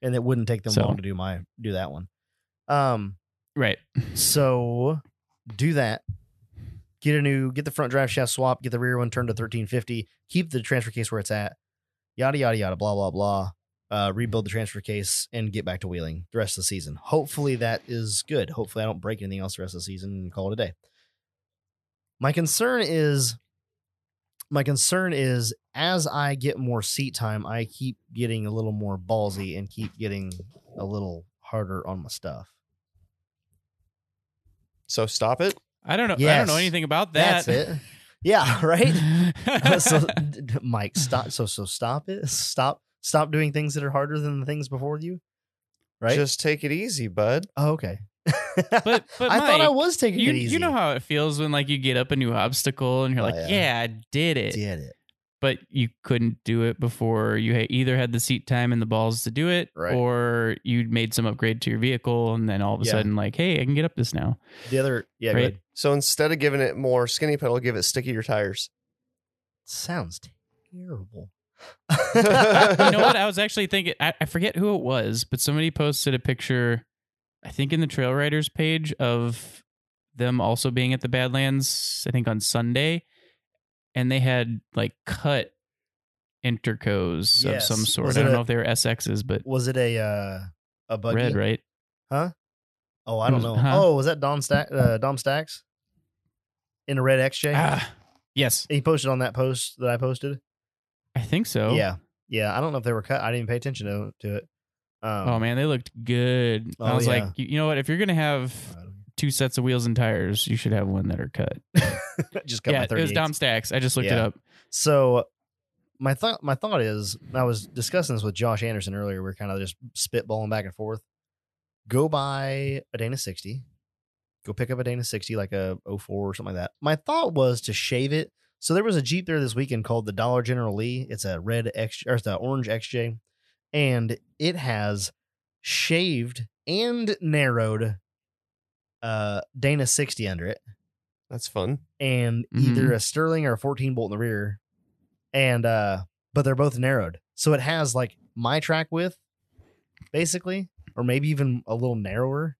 S1: And it wouldn't take them
S3: So-
S1: long to do my do that one. Um
S3: Right.
S1: so do that. Get a new get the front drive shaft swap, get the rear one turned to 1350, keep the transfer case where it's at. Yada yada yada blah blah blah. Uh, rebuild the transfer case and get back to wheeling the rest of the season. Hopefully that is good. Hopefully I don't break anything else the rest of the season and call it a day. My concern is my concern is as I get more seat time, I keep getting a little more ballsy and keep getting a little harder on my stuff.
S2: So stop it.
S3: I don't know. I
S1: Yes.
S3: don't know anything about that.
S1: That's it. Yeah, right.
S3: right.
S1: so, d- d- Mike, stop. So, so stop it. Stop. Stop doing things that are harder than the things before you. Right.
S2: Just take it easy, bud.
S1: oh, okay.
S3: but but
S1: I
S3: Mike,
S1: thought I was taking
S3: you
S1: it easy.
S3: you know how it feels when like you get up a new obstacle and you're
S1: Oh,
S3: like,
S1: yeah.
S3: yeah. I did
S1: I
S3: it,
S1: did it.
S3: but you couldn't do it before you ha- either had the seat time and the balls to do it,
S1: Right.
S3: or you made some upgrade to your vehicle, and then all of a
S1: Yeah.
S3: sudden like, hey, I can get up this now.
S1: The other, yeah,
S3: Right.
S1: good.
S2: So instead of giving it more skinny pedal, give it stickier tires.
S1: Sounds terrible.
S3: you know what? I was actually thinking, I, I forget who it was, but somebody posted a picture, I think in the Trail Riders page, of them also being at the Badlands, I think on Sunday. And they had like cut intercos
S1: Yes.
S3: of some sort.
S1: Was
S3: I
S1: it
S3: don't
S1: a-
S3: know if they were SXs, but
S1: Was it a uh, a buggy?
S3: red, right? Mm, uh-huh.
S1: Oh, I don't
S3: Was-
S1: know.
S3: huh?
S1: Oh, was that Dom Stack? Uh, Dom Stacks in a red XJ?
S3: Ah, yes,
S1: He posted on that post that I posted.
S3: I think so.
S1: Yeah, yeah. I don't know if they were cut. I didn't pay attention to, to it. Um,
S3: Oh man, they looked good.
S1: Oh,
S3: I was
S1: yeah.
S3: like, you, you know what? If you're gonna have two sets of wheels and tires, you should have one that are cut.
S1: just got
S3: yeah,
S1: my
S3: it was
S1: 38.
S3: Dom Stacks. I just looked it
S1: Yeah.
S3: up.
S1: So my thought my thought is I was discussing this with Josh Anderson earlier. We are kind of just spitballing back and forth. Go buy a Dana 60. Go pick up a Dana 60 like a 04 or something like that. My thought was to shave it. So there was a Jeep there this weekend called the Dollar General Lee. It's a red X or it's the orange XJ and it has shaved and narrowed uh Dana 60 under it
S2: That's fun.
S1: and
S3: Mm-hmm.
S1: either a Sterling or a 14 bolt in the rear. And uh but they're both narrowed. So it has like my track width basically or maybe even a little narrower,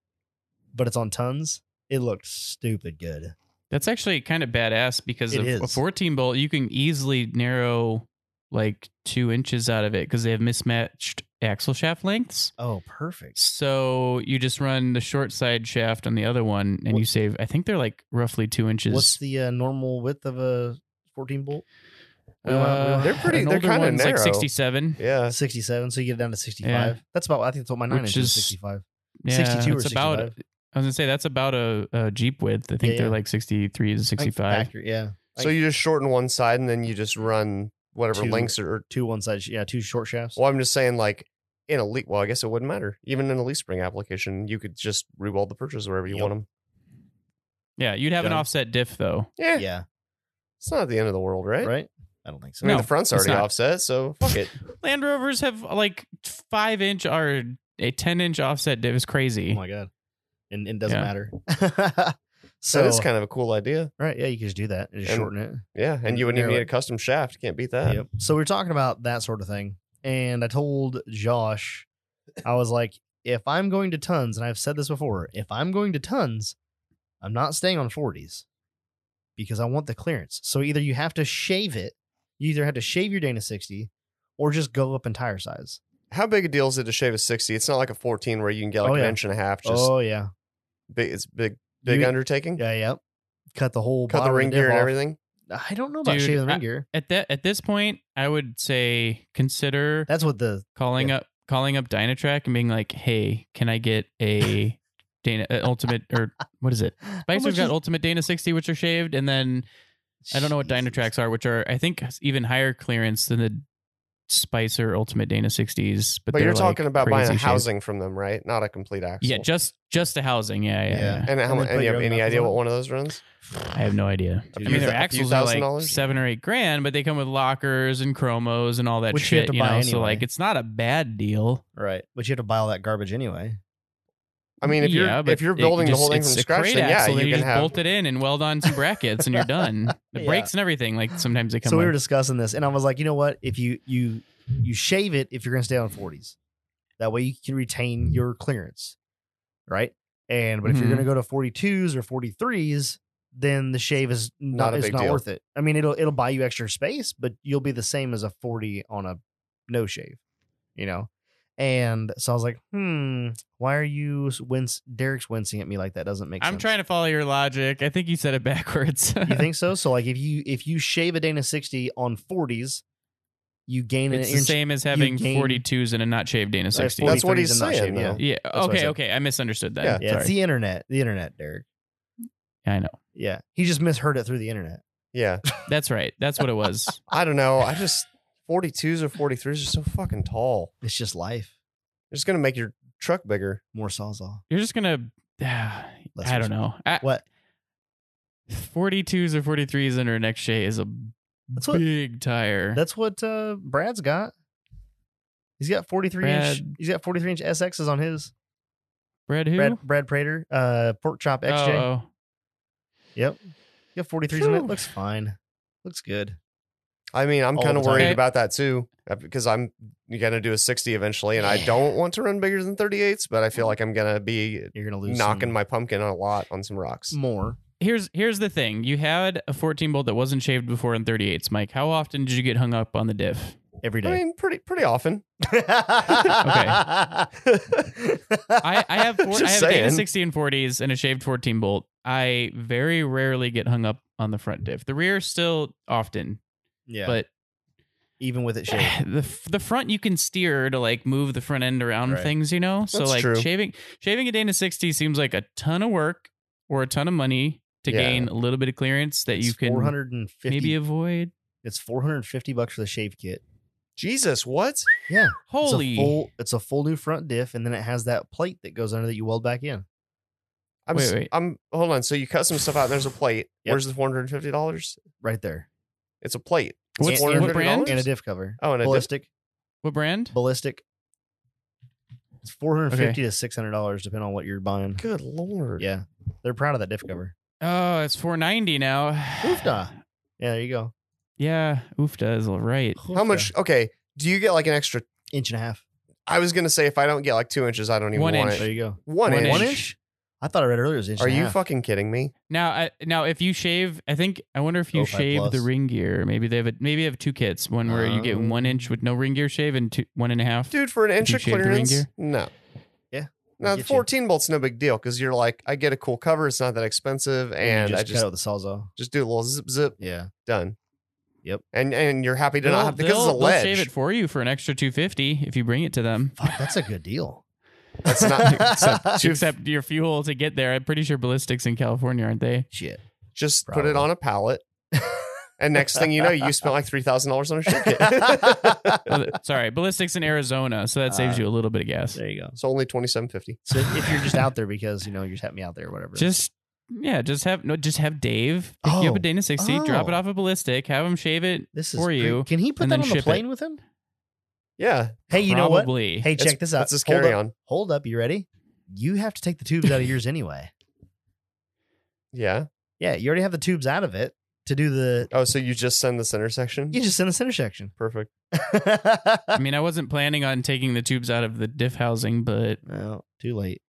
S1: but it's on tons. It looked stupid good.
S3: That's actually kind of badass because
S1: It
S3: of a
S1: is.
S3: 14 bolt, you can easily narrow like two inches out of it because they have mismatched axle shaft lengths.
S1: Oh, perfect.
S3: So you just run the short side shaft on the other one and you
S1: What-
S3: save, I think they're like roughly two inches.
S1: What's the uh, normal width of a 14 bolt? We went- we
S3: Uh,
S1: went-
S2: They're pretty-
S3: an
S2: they're
S3: older
S2: kinda
S3: one's
S2: narrow.
S3: Like 67.
S2: Yeah.
S1: 67, so you get it down to 65.
S3: Uh, Yeah.
S1: That's about I think that's what my 9
S3: Which
S1: inch is
S3: is-
S1: 65.
S3: Yeah,
S1: 62 or
S3: it's about,
S1: 65.
S3: I was going to say, that's about a, a Jeep width. I think
S1: Yeah,
S3: they're
S1: yeah.
S3: like 63 to
S1: I think
S3: 65.
S1: factory, yeah.
S2: So you just shorten one side and then you just run whatever
S1: Two.
S2: lengths are.
S1: Two one side, yeah, two short shafts.
S2: Well, I'm just saying, like in a leak. Well, I guess it wouldn't matter. Even in a leaf spring application, you could just reweld the purchase wherever you
S1: Yep.
S2: want them.
S3: Yeah, you'd have an
S2: Done.
S3: offset diff though.
S2: Yeah,
S1: Yeah,
S2: It's not the end of the world, right?
S1: right? I don't think
S2: I
S1: so.
S2: mean,
S3: No,
S2: the front's
S3: it's
S2: already
S3: not.
S2: offset, so fuck it.
S3: Land Rovers have like five inch or a ten inch offset div is
S1: Oh
S3: crazy.
S1: my god, and it doesn't
S3: Yeah.
S1: matter.
S2: so
S1: so
S2: it's kind of a cool idea.
S1: right, yeah, you can just do that and just
S2: And- uh,
S1: shorten it.
S2: Yeah, and you wouldn't even
S1: Yeah,
S2: need a
S1: like-
S2: custom shaft. Can't beat that.
S1: Yep. So we were talking about that sort of thing, and I told Josh, I was like, if I'm going to tons, and I've said this before, if I'm going to tons, I'm not staying on 40s because I want the clearance. So either you have to shave it, you either have to shave your Dana 60, or just go up in tire size.
S2: How big a deal is it to shave a 60? It's not like a 14 where you can get like
S1: Oh,
S2: an
S1: yeah.
S2: inch and a half. Just
S1: oh yeah,
S2: big, it's big, big
S1: You-
S2: undertaking.
S1: yeah, yeah. Cut the whole
S2: Cut the
S1: bottom
S2: ring
S1: and dip
S2: gear and
S1: off.
S2: everything.
S1: I don't know about
S3: Dude,
S1: shaving the
S3: I-
S1: ring gear.
S3: At that at this point, I would say consider
S1: That's what the
S3: calling up calling up Dynatrack and being like, "Hey, can I get a Dana uh, Ultimate or what is it? Spikes
S1: much
S3: we've got
S1: is-
S3: Ultimate Dana 60, which are shaved, and then I don't know what Dynatracks are, which are I think even higher clearance than the Spicer Ultimate Dana 60s. But,
S2: But you're
S3: they're, like,
S2: talking about buying
S3: crazy
S2: a
S3: shaved.
S2: housing from them, right? Not a complete axle.
S3: Yeah, just just a housing. Yeah, yeah.
S1: Yeah.
S3: yeah.
S2: and
S1: And then
S2: how much? And
S1: put
S2: you
S1: your
S2: have
S1: own
S2: any idea
S1: knuckles
S2: what
S1: on.
S2: one of those runs?
S3: I have no idea.
S2: A
S3: I
S2: few
S3: mean, their
S2: thou- a few
S3: axles are
S2: thousand
S3: like
S2: dollars?
S3: seven or eight grand, but they come with lockers and chromos and all that
S1: Which you have
S3: shit.
S1: to
S3: You, know,
S1: buy
S3: so like
S1: anyway.
S3: it's not a bad deal.
S1: right, but you have to buy all that garbage anyway.
S2: I mean, if
S3: Yeah,
S2: you're
S3: but
S2: if you're
S3: it-
S2: building
S3: you
S2: the whole
S3: just-
S2: thing from
S3: it's a
S2: scratch,
S3: crate
S2: then yeah,
S3: axle
S2: you
S3: that
S2: can
S3: just
S2: have.
S3: bolt it in and weld on some brackets, and you're done. The
S1: Yeah.
S3: brakes and everything, like sometimes they come.
S1: so we
S3: like-
S1: were discussing this, and I was like, you know what? If you you you shave it, if you're going to stay on forties, that way you can retain your clearance, right? And but if
S3: Mhm.
S1: you're going to go to forty twos or forty threes, then the shave is
S2: Not
S1: not,
S2: a
S1: it's
S2: big
S1: not
S2: deal.
S1: worth it. I mean, it'll it'll buy you extra space, but you'll be the same as a forty on a no shave, you know. And so I was like, hmm, why are you wince? Derek's wincing at me like that doesn't make
S3: I'm
S1: sense.
S3: trying to follow your logic. I think you said it backwards.
S1: You think so? So like if you if you shave a Dana 60 on 40s, you gain
S3: it's
S1: an
S3: the
S1: inch.
S3: same as having
S1: gain-
S3: 42s and a not shaved Dana 60.
S2: That's what
S1: 43s
S2: he's
S1: and not
S2: saying,
S1: shave, yeah.
S2: though.
S3: yeah.
S1: what I
S3: Okay.
S1: said.
S3: okay. I misunderstood that.
S2: Yeah.
S1: Yeah, it's
S3: Sorry.
S1: the internet. The internet, Derek.
S3: I know.
S1: Yeah. He just misheard it through the internet.
S2: Yeah,
S3: That's right. That's what it was.
S2: I don't know. I just 42s or 43s are so fucking tall.
S1: It's just life.
S2: It's just gonna make your truck bigger.
S1: More sawzall.
S3: You're just gonna. I don't know. I,
S1: What?
S3: 42s or 43s under an XJ is a
S1: That's what-
S3: big tire.
S1: That's what uh Brad's got. He's got 43 inch
S3: Brad-
S1: he's got 43 inch SXs on his.
S3: Brad who?
S1: Brad Brad Prater, uh pork chop
S3: Oh,
S1: XJ.
S3: oh.
S1: Yep. You got 43s on it.
S3: Phew.
S1: Looks fine. Looks good.
S2: I mean, I'm
S1: All
S2: kind
S1: the
S2: of
S1: time.
S2: worried
S3: Okay.
S2: about that too, uh, because I'm gonna do a 60 eventually, and I
S1: Yeah.
S2: don't want to run bigger than 38s, but I feel
S3: Mm.
S2: like I'm gonna be
S1: You're gonna lose
S2: knocking
S1: some
S2: my pumpkin a lot on some rocks.
S1: more.
S3: Here's here's the thing. You had a 14 bolt that wasn't shaved before in 38s, Mike. How often did you get hung up on the diff?
S1: Every
S2: I
S1: day.
S2: mean, pretty pretty often.
S1: okay.
S3: I, I have four, I
S2: Just
S3: have a Dana
S2: saying.
S3: 60 and 40s and a shaved 14 bolt. I very rarely get hung up on the front diff. The rear still often,
S1: yeah,
S3: but
S1: even with it shaved,
S3: the f- the front you can steer to like move the front end around
S1: Right.
S3: things, you know. So
S2: That's
S3: like
S2: true.
S3: shaving shaving a Dana 60 seems like a ton of work or a ton of money to
S2: Yeah.
S3: gain a little bit of clearance that you
S1: it's four
S3: can
S1: hundred and fifty.
S3: maybe avoid.
S1: it's four hundred and fifty bucks for the shave kit.
S2: Jesus, what?
S1: Yeah,
S3: Holy
S1: It's a full, it's a full new front diff, and then it has that plate that goes under that you weld back in.
S2: I'm,
S3: Wait,
S2: s-
S3: wait.
S2: I'm hold on. So you cut some stuff out. and There's a plate.
S1: Yep.
S2: Where's the four hundred and fifty dollars?
S1: Right there.
S2: It's a plate. It's
S3: What's-
S1: And- and-
S3: what brand?
S1: And a diff cover.
S2: Oh, and a diff-
S1: ballistic.
S3: What brand?
S1: Ballistic. It's four hundred and fifty to six hundred dollars, depending on what you're buying.
S2: Good lord.
S1: Yeah, they're proud of that diff cover.
S3: Oh, it's 490 now.
S1: Oofda. Yeah, there you go.
S3: Yeah, oofda is all right.
S2: How much? Okay. Do you get like an extra?
S1: Inch and a half.
S2: I was gonna say if I don't get like two inches, I don't even
S3: One
S2: want
S3: inch.
S1: There
S2: it.
S1: you go.
S2: One,
S3: One
S2: inch.
S1: One inch. I thought I read earlier it was inch.
S2: Are
S1: and a
S2: you
S1: half.
S2: fucking kidding me?
S3: Now, I, now, if you shave, I think I wonder if you
S1: Oh, five
S3: shave the
S1: plus.
S3: ring gear. Maybe they have a, maybe they have two kits. One where you get
S1: Oh.
S3: one inch with no ring gear shave and two, one and a half.
S2: Dude, for an inch
S3: you
S2: of
S3: shave the ring
S2: clearance,
S3: gear?
S2: no.
S1: Yeah,
S2: Now
S1: I
S2: the
S1: get you.
S2: 14 bolts no big deal because you're like I get a cool cover. It's not that expensive, and
S1: you
S2: I
S1: just cut
S2: just
S1: out the sawzall.
S2: just do a little zip zip
S1: Yeah.
S2: done.
S1: Yep.
S2: And and you're happy to not have because it's a
S3: they'll-
S2: ledge.
S3: They'll shave it for you for an extra two fifty if you bring it to them.
S1: Fuck, that's a good deal.
S2: That's not except, two-
S3: Except your fuel to get there. I'm pretty sure ballistics in California aren't they?
S1: Shit.
S2: Just put it
S1: Probably.
S2: on a pallet. and next thing you know, you spent like three thousand dollars on a shit kit.
S3: Oh, th- sorry, ballistics in Arizona. So that saves
S1: Uh,
S3: you a little bit of gas.
S1: There you go.
S2: it's only twenty seven fifty.
S1: So if you're just out there because you know you just have me out there or whatever.
S3: Just yeah, just have no, just have Dave pick you
S1: Oh.
S3: up a Dana sixty, drop it
S1: Oh.
S3: off a ballistic, have him shave it.
S1: this is
S3: for
S1: great.
S3: you,
S1: Can he put
S3: and
S1: that
S3: then
S1: on the
S3: ship
S1: plane with him?
S2: Yeah.
S1: Hey, you know what?
S3: probably.
S1: Hey, check this out.
S2: That's his
S1: Hold up.
S2: carry on.
S1: Hold up, you ready? You have to take the tubes out of yours anyway.
S2: Yeah.
S1: Yeah, you already have the tubes out of it to do the.
S2: Oh, so you just send this intersection?
S1: You just send this intersection.
S2: Perfect.
S3: I mean, I wasn't planning on taking the tubes out of the diff housing, but
S1: well, too late.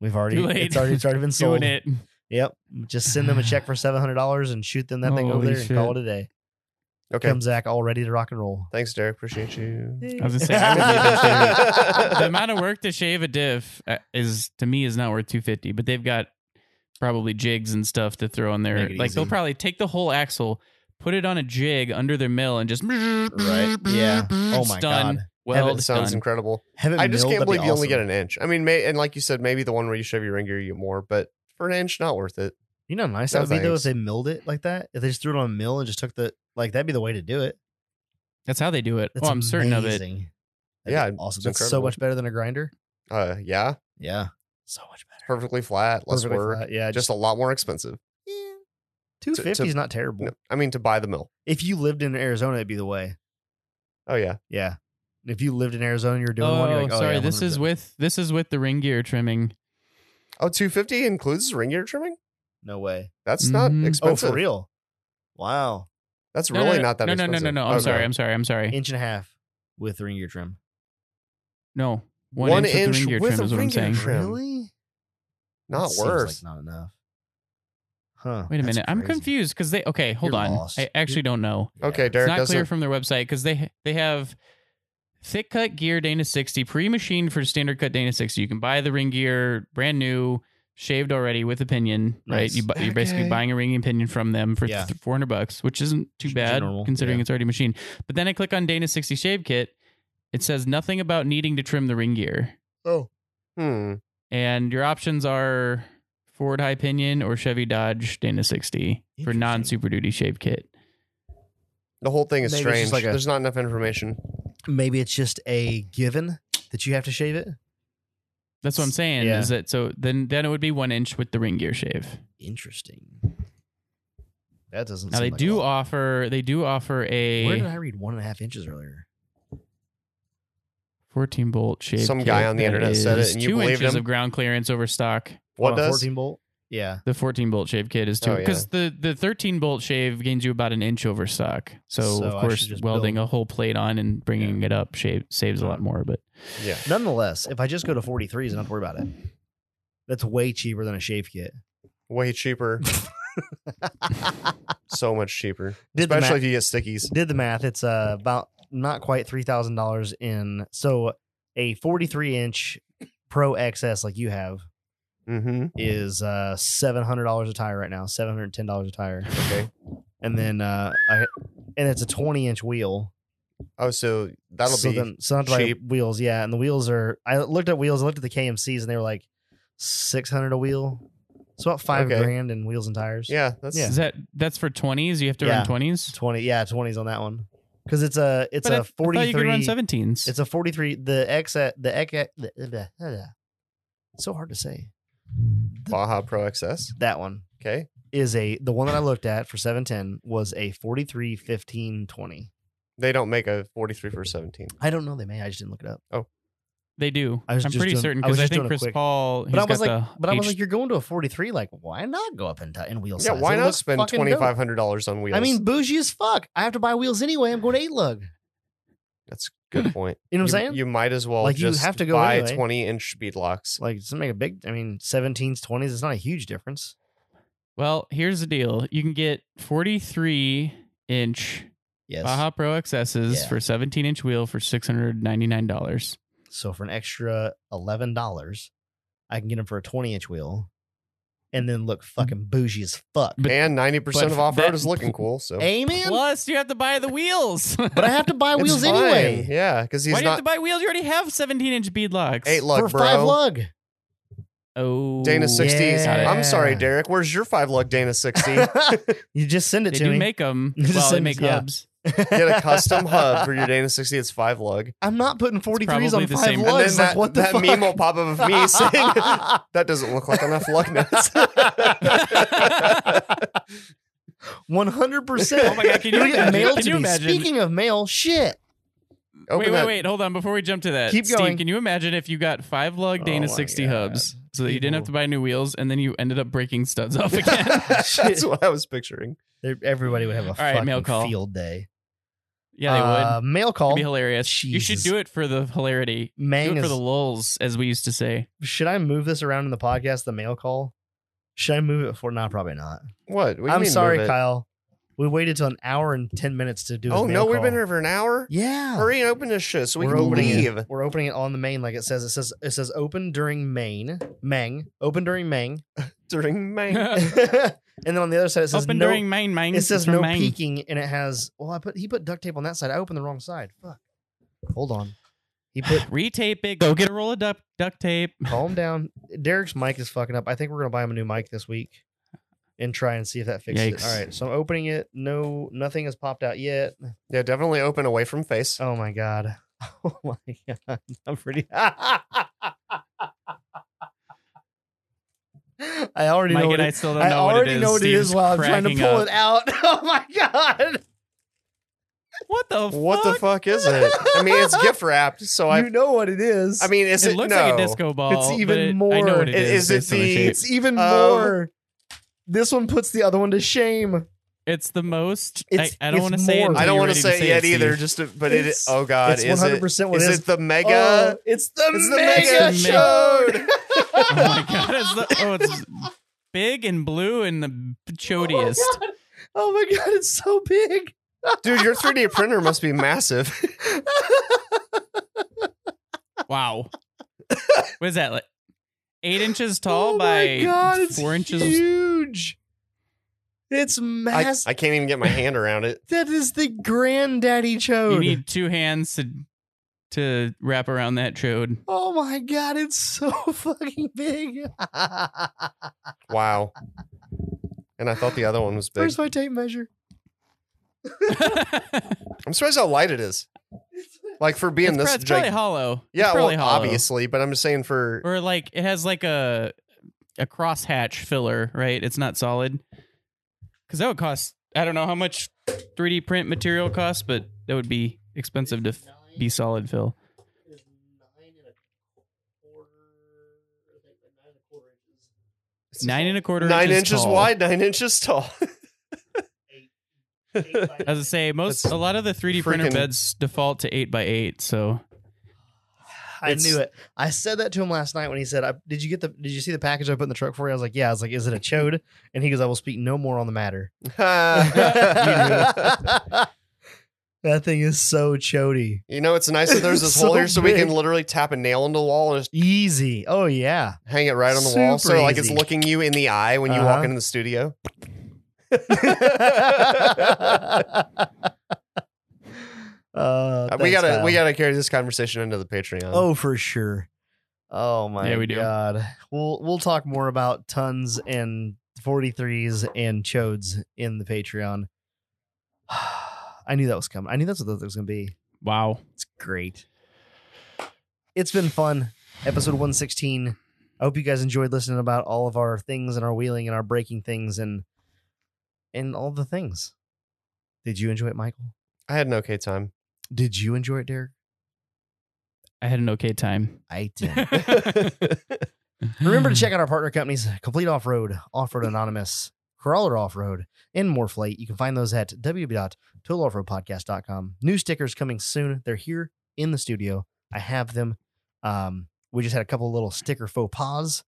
S1: We've already.
S3: Too late.
S1: It's already. It's already been sold.
S3: doing it.
S1: Yep. Just send them a check for seven hundred dollars and shoot them that thing over
S3: Holy
S1: there
S3: shit.
S1: and call it a day.
S2: Okay.
S1: Come Zach, all ready to rock and roll.
S2: Thanks, Derek. Appreciate you.
S3: I was gonna say I would need to shave it. the amount of work to shave a diff uh, is to me is not worth 250 but they've got probably jigs and stuff to throw in there
S4: Make it
S3: like they'll
S4: easy.
S3: probably take the whole axle put it on a jig under their mill and just right
S1: Yeah. Oh my
S3: done
S1: God.
S2: Evan,
S3: weld
S2: sounds
S3: done.
S2: incredible.
S1: Have it
S2: I just
S1: milled, that'd
S2: can't
S1: be
S2: believe you
S1: awesome.
S2: only get an inch. I mean, may, and like you said, maybe the one where you shove your ring gear, you get more, but for an inch, not worth it.
S1: You know, how nice
S2: No,
S1: that would be though if
S2: thanks.
S1: they milled it like that. If they just threw it on a mill and just took the like, that'd be the way to do it.
S3: that's how they do it
S1: That's
S3: oh i'm certain of it
S1: amazing.
S2: Yeah,
S1: That'd be awesome.
S2: it's
S1: That's so
S2: incredible.
S1: much better than a grinder.
S2: Uh, yeah,
S1: Yeah, so much better.
S2: perfectly flat, less
S1: Perfectly
S2: work,
S1: flat, Yeah,
S2: just a lot more expensive.
S1: two fifty is
S2: to-
S1: not terrible.
S2: No, I mean, to buy the mill.
S1: If you lived in Arizona, it'd be the way.
S2: Oh yeah,
S1: Yeah. If you lived in Arizona, you're doing
S3: oh,
S1: one. You're like, oh,
S3: sorry
S1: yeah,
S3: this is
S1: 100%.
S3: with this is with the ring gear trimming
S2: oh 250 includes ring gear trimming.
S1: no way.
S2: That's
S3: Mhm.
S2: not
S3: Oh, for
S1: Oh,
S2: expensive.
S1: for real? Wow,
S2: That's
S3: No,
S2: really
S3: no, no,
S2: not that
S3: no, no no
S2: expensive.
S3: no no i'm
S2: Okay.
S3: sorry i'm sorry i'm sorry
S1: inch and a half with ring gear trim.
S3: no one,
S2: One
S3: inch, with the
S2: inch
S3: ring gear
S2: with
S3: trim
S2: a
S3: is what
S2: ring
S3: i'm
S2: gear
S3: saying
S2: Trim.
S1: Really?
S2: Not
S1: That seems Like
S2: worth.
S1: not enough. Huh?
S3: wait a
S1: that's
S3: minute i'm
S1: crazy.
S3: confused because they okay hold
S1: You're
S3: on
S1: lost.
S3: i actually don't know
S1: Yeah.
S2: Okay,
S3: It's
S2: Derek
S3: not
S2: doesn't.
S3: clear from their website because they they have thick cut gear Dana 60 pre machined for standard cut Dana 60. You can buy the ring gear brand new, shaved already with a pinion, right?
S1: Nice.
S3: You bu- you're basically
S2: Okay.
S3: buying a ring and pinion from them for
S1: Yeah.
S3: th- 400 bucks, which isn't too
S1: Should be
S3: bad
S1: normal,
S3: considering
S1: yeah.
S3: it's already machined. But then I click on Dana 60 shave kit. It says nothing about needing to trim the ring gear.
S1: Oh,
S2: Hmm.
S3: And your options are Ford high pinion or Chevy Dodge Dana 60 for
S1: Interesting.
S3: non Super Duty shave kit.
S2: The whole thing is
S1: Maybe it's just
S2: strange.
S1: like a-
S2: There's not enough information.
S1: maybe it's just a given that you have to shave it.
S3: That's what I'm saying.
S1: Yeah.
S3: Is that so? Then then it would be one inch with the ring gear shave.
S1: Interesting. That doesn't.
S3: Now
S1: seem
S3: they
S1: like a
S3: do
S1: lot.
S3: offer they do offer
S1: Where did I
S3: a
S1: read one and a half inches earlier?
S3: 14 bolt shave.
S2: Some guy
S3: kit
S2: on the
S3: that
S2: internet said it
S3: is
S2: and you
S3: two
S2: believed
S3: inches
S2: him?
S3: of ground clearance over stock.
S2: What
S1: Hold on,
S2: does?
S1: fourteen bolt? Yeah.
S3: The 14 bolt shave kit is two
S2: Oh, yeah.
S3: because the the 13 bolt shave gains you about an inch over stock. So,
S1: So I
S3: of
S1: should
S3: course
S1: just
S3: welding
S1: build-
S3: a whole plate on and bringing it up shave, saves a lot more. But
S2: Yeah.
S1: Nonetheless, if I just go to forty threes and not have to worry about it, that's way cheaper than a shave kit.
S2: Way cheaper. so much cheaper.
S1: Did the
S2: Especially
S1: math.
S2: if you get stickies.
S1: did the math. It's uh, about not quite three thousand dollars in. So a forty-three inch Pro XS like you have
S2: Mm-hmm.
S1: is uh seven hundred dollars a tire right now. Seven hundred ten dollars a tire,
S2: Okay.
S1: and then uh, I, and it's a twenty-inch wheel.
S2: Oh, so that'll
S1: so
S2: be
S1: then, so not to buy
S2: cheap.
S1: wheels. Yeah, and the wheels are. I looked at wheels. I looked at the KMCs, and they were like six hundred a wheel. It's about five
S2: Okay.
S1: grand in wheels and tires.
S2: yeah. That's
S1: Yeah.
S3: is that that's for 20s? You have to
S1: Yeah.
S3: run 20s.
S1: twenty. Yeah, twenties on that one because it's a it's
S3: But I-
S1: a
S3: I thought you could
S1: forty-three.
S3: run 17s.
S1: It's a 43. The X at the X at the, the, the, it's so hard to say.
S2: Baja Pro XS.
S1: That one
S2: Okay.
S1: is a the one that I looked at for 710 was a 43 15 20.
S2: They don't make a 43 for 17.
S1: I don't know they may I just didn't look it up.
S3: They do.
S1: I was
S3: I'm
S1: just
S3: pretty
S1: doing-
S3: certain
S1: I was
S3: because I,
S1: just
S3: think
S1: doing a
S3: Chris
S1: quick-
S3: Paul.
S1: But I
S3: he's
S1: was
S3: got
S1: like
S3: the
S1: but I was
S3: H-
S1: like you're going to a 43 like why not go up in, ti- in wheel
S2: Yeah.
S1: size?
S2: Why
S1: It
S2: not
S1: looks
S2: spend
S1: fucking dope.
S2: 2500 on wheels?
S1: I mean bougie as fuck. I have to buy wheels anyway. I'm going to 8 lug.
S2: that's a good point.
S1: You know what I'm
S2: You-
S1: saying?
S2: You might as well
S1: Like, you
S2: just
S1: have to go
S2: buy
S1: anyway.
S2: 20 inch speed locks.
S1: like it doesn't make a big I mean 17s 20s it's not a huge difference.
S3: Well, here's the deal. You can get 43 inch
S1: Yes.
S2: Uh-huh.
S3: Baja Pro XSs
S1: Yeah.
S3: for 17 inch wheel for $699.
S1: So for an extra eleven dollars, I can get them for a twenty inch wheel, and then look fucking bougie as fuck.
S3: But-
S2: and 90%
S3: but
S2: of off road
S3: that-
S2: is looking cool. So
S1: Amen.
S3: Plus, you have to buy the wheels.
S1: But I have to buy
S2: It's
S1: wheels
S2: fine.
S1: anyway
S2: Yeah. Because
S3: Why
S2: he's
S3: do you
S2: not
S3: have to buy wheels? You already have 17 inch bead locks.
S2: eight lug,
S1: for
S2: bro.
S1: five lug.
S3: Oh,
S2: Dana 60s.
S3: Got it.
S2: I'm sorry,
S1: Yeah.
S2: Derek. Where's your five lug Dana 60?
S1: you just send
S3: They
S1: it to
S3: do
S1: me.
S3: make them.
S1: Just
S3: Well, they
S1: send
S3: make
S1: us- yeah.
S3: hubs.
S2: Get a custom hub for your Dana 60. It's five lug.
S1: I'm not putting forty threes
S3: probably
S1: on
S3: the
S1: five
S3: same-
S2: And
S3: And
S2: then
S1: lugs.
S2: that,
S1: like what the
S2: that
S1: fuck?
S2: meme will pop up of me saying, that doesn't look like enough lug nuts.
S1: One hundred percent.
S3: Oh my God, can you
S1: It'll get
S3: imagine?
S1: mailed
S3: Can
S1: to
S3: you
S1: me.
S3: imagine?
S1: Speaking of mail, shit.
S2: Open
S3: wait,
S2: that-
S3: wait, wait. Hold on. Before we jump to that,
S1: Keep
S3: Steve,
S1: going.
S3: can you imagine if you got five lug
S1: Oh my
S3: Dana 60
S1: God.
S3: hubs so that you didn't have
S1: People-
S3: to buy new wheels and then you ended up breaking studs off again?
S2: That's what I was picturing.
S1: There- Everybody would have a
S3: All right, mail
S1: fucking
S3: call.
S1: field day.
S3: yeah, they would.
S1: Uh, Mail
S3: It'd
S1: call.
S3: be hilarious. You should
S1: Jesus.
S3: do it for the hilarity. do
S1: Mang
S3: it for
S1: is
S3: the lulls, as we used to say.
S1: should I move this around in the podcast? The mail call. Should I move it for? No, probably not.
S2: What? What do you
S1: I'm
S2: mean
S1: sorry,
S2: move it?
S1: Kyle. We waited till an hour and ten minutes to do. his
S2: Oh
S1: mail
S2: no, we've
S1: call.
S2: been here for an hour.
S1: Yeah.
S2: Hurry and open this shit so we
S1: We're
S2: can
S1: opening
S2: leave.
S1: It. We're opening it on the main, like it says. It says it says open during main, Meng, open during Meng,
S2: During May.
S1: and then on the other side it says
S3: Open
S1: no.
S3: during main main.
S1: it says
S3: from
S1: no
S3: Maine.
S1: peeking, and it has. Well, I put he put duct tape on that side. I opened the wrong side. Fuck. Hold on. He put.
S3: Retape it. Go get a roll of duct duct tape.
S1: calm down. Derek's mic is fucking up. I think we're gonna buy him a new mic this week, and try and see if that fixes it.
S3: Yikes.
S1: All right. So I'm opening it. No, nothing has popped out yet.
S2: yeah, definitely open away from face.
S1: Oh my god. Oh my god. I'm pretty. I already
S3: Mike
S1: know. What
S3: and I
S1: it,
S3: still don't
S1: I
S3: know what
S1: already
S3: it is.
S1: know what it is
S3: Steve's
S1: while I'm trying to
S3: cracking
S1: pull
S3: up.
S1: it out. Oh my god!
S3: What the
S2: What
S3: fuck?
S2: the fuck is it? I mean, it's gift wrapped, so I.
S1: you know what it is.
S2: I mean, is
S3: It
S2: it,
S3: looks
S2: no.
S3: like a disco ball.
S1: It's even
S3: but it- I know
S1: more-
S3: what it
S2: Is-
S3: is.
S2: is it
S3: based on the
S2: the-
S3: shape. Oh.
S1: it's even
S2: um,
S1: more. This one puts the other one to shame.
S3: It's the most.
S1: It's-
S3: I, I don't
S1: it's
S3: want to say it.
S1: more.
S3: until
S2: I don't
S3: you're
S2: want to
S3: ready
S2: say it yet
S3: Steve.
S2: either. Just to, but it.
S1: It's-
S2: Oh god,
S1: it's
S2: is it?
S1: 100% what
S2: Is
S1: it is.
S2: it the mega?
S1: Oh, it's the
S2: it's the
S1: mega,
S2: mega
S1: chode.
S2: chode.
S3: oh my god! It's the, oh, it's big and blue and the chodiest.
S1: Oh my, god. Oh my god, it's so big.
S2: Dude, your 3D printer must be massive.
S3: wow. What is that like? Eight inches tall
S1: oh
S3: by
S1: my god, it's
S3: four inches.
S1: Huge. It's
S2: I,
S1: massive.
S2: I can't even get my hand around it.
S1: that is the granddaddy chode.
S3: You need two hands to to wrap around that chode.
S1: oh my god, it's so fucking big.
S2: Wow. And I thought the other one was big.
S1: Where's my tape measure?
S2: I'm surprised how light it is. Like for being
S3: it's
S2: this
S3: prob- it's probably
S2: gig-
S3: hollow. It's
S2: Yeah,
S3: probably
S2: well,
S3: hollow.
S2: obviously, but I'm just saying for
S3: Or like it has like a a crosshatch filler, right? It's not solid. Because that would cost. I don't know how much 3D print material costs, but that would be expensive to f- be solid fill. Nine and a quarter.
S2: nine
S3: inches,
S2: inches
S3: tall.
S2: wide, nine inches tall.
S3: As I say, most
S2: That's
S3: a lot of the 3D printer
S2: freaking-
S3: beds default to eight by eight. So
S1: I
S2: It's-
S1: knew it. I said that to him last night when he said, I, "Did you get the? Did you see the package I put in the truck for you?" I was like, "Yeah." I was like, "Is it a chode?" And he goes, "I will speak no more on the matter." that thing is so chody.
S2: you know, it's nice that there's this
S1: It's
S2: hole
S1: so
S2: here so we
S1: big.
S2: can literally tap a nail into the wall and just
S1: Easy. Oh yeah.
S2: hang it right on the wall.
S1: Super
S2: So like it's
S1: easy.
S2: looking you in the eye when you
S1: Uh-huh.
S2: walk into the studio.
S1: Uh,
S2: we
S1: thanks,
S2: gotta
S1: Kyle.
S2: we gotta carry this conversation into the Patreon.
S1: Oh, for sure. Oh my
S3: Yeah, we do.
S1: god. We'll we'll talk more about tons and 43s and chodes in the Patreon. I knew that was coming. I knew that's what that was going to be.
S3: wow,
S1: It's great. It's been fun. Episode 116. I hope you guys enjoyed listening about all of our things and our wheeling and our breaking things and and all the things. Did you enjoy it, Michael?
S2: I had an okay time.
S1: Did you enjoy it, Derek?
S3: I had an okay time.
S1: I did. Remember to check out our partner companies, Complete Off-Road, Off-Road Anonymous, Crawler Off-Road, and Morphlate. You can find those at www.totaloffroadpodcast.com. New stickers coming soon. They're here in the studio. I have them. Um, we just had a couple little sticker faux pas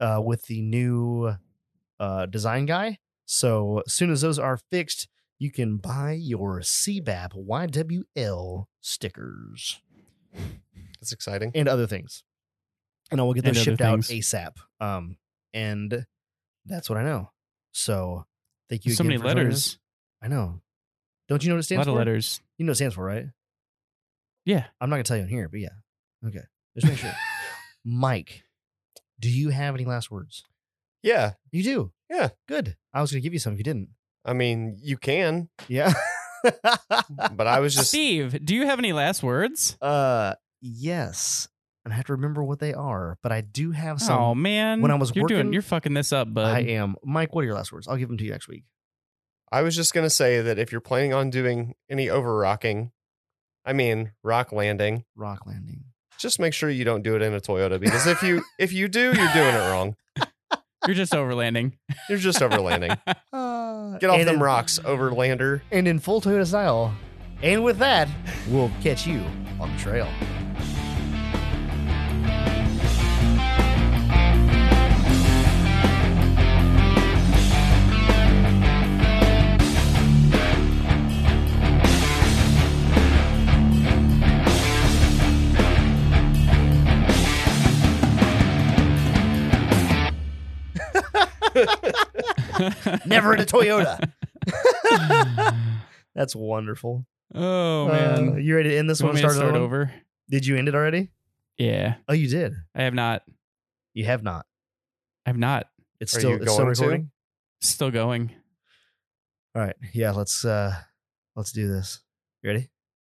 S1: uh, with the new uh, design guy. So as soon as those are fixed, you can buy your CBAP YWL stickers
S2: That's exciting.
S1: and other things. And I will get those
S3: And other
S1: shipped out
S3: things.
S1: ASAP. Um, and that's what I know. So thank you.
S3: so
S1: again
S3: many
S1: for joining us.
S3: letters.
S1: I know. Don't you know what it
S3: A
S1: stands
S3: lot
S1: for?
S3: of letters.
S1: You know what it stands for, right?
S3: Yeah.
S1: I'm not gonna tell you in here, but yeah. Okay. Just make sure. Mike, do you have any last words?
S2: Yeah.
S1: You do.
S2: Yeah.
S1: Good. I was gonna give you some if you didn't.
S2: I mean, you can,
S1: Yeah.
S2: but I was just
S3: Steve, do you have any last words?
S1: uh yes. And I have to remember what they are, but I do have some.
S3: oh man,
S1: when I was
S3: you're
S1: working-
S3: doing, you're fucking this up, bud.
S1: I am. Mike, what are your last words? I'll give them to you next week.
S2: I was just gonna say that if you're planning on doing any over rocking, I mean rock landing,
S1: Rock landing.
S2: just make sure you don't do it in a Toyota because if you if you do, you're doing it wrong.
S3: You're just overlanding.
S2: You're just overlanding. Get off
S1: Uh, And
S2: them
S1: in-
S2: rocks, overlander.
S1: And in full Toyota style. And with that, we'll catch you on the trail. Never in a Toyota. That's wonderful.
S3: oh
S1: Uh,
S3: man.
S1: you ready to end this
S3: You
S1: one?
S3: want
S1: and
S3: me
S1: Start,
S3: to start
S1: another one?
S3: over?
S1: Did you end it already?
S3: Yeah.
S1: Oh, you did.
S3: I have not.
S1: You have not.
S3: I've not.
S1: It's
S2: Are
S1: still
S2: you
S1: it's still
S2: going to?
S1: recording.
S3: Still going.
S1: All right. Yeah. Let's uh let's do this. You ready?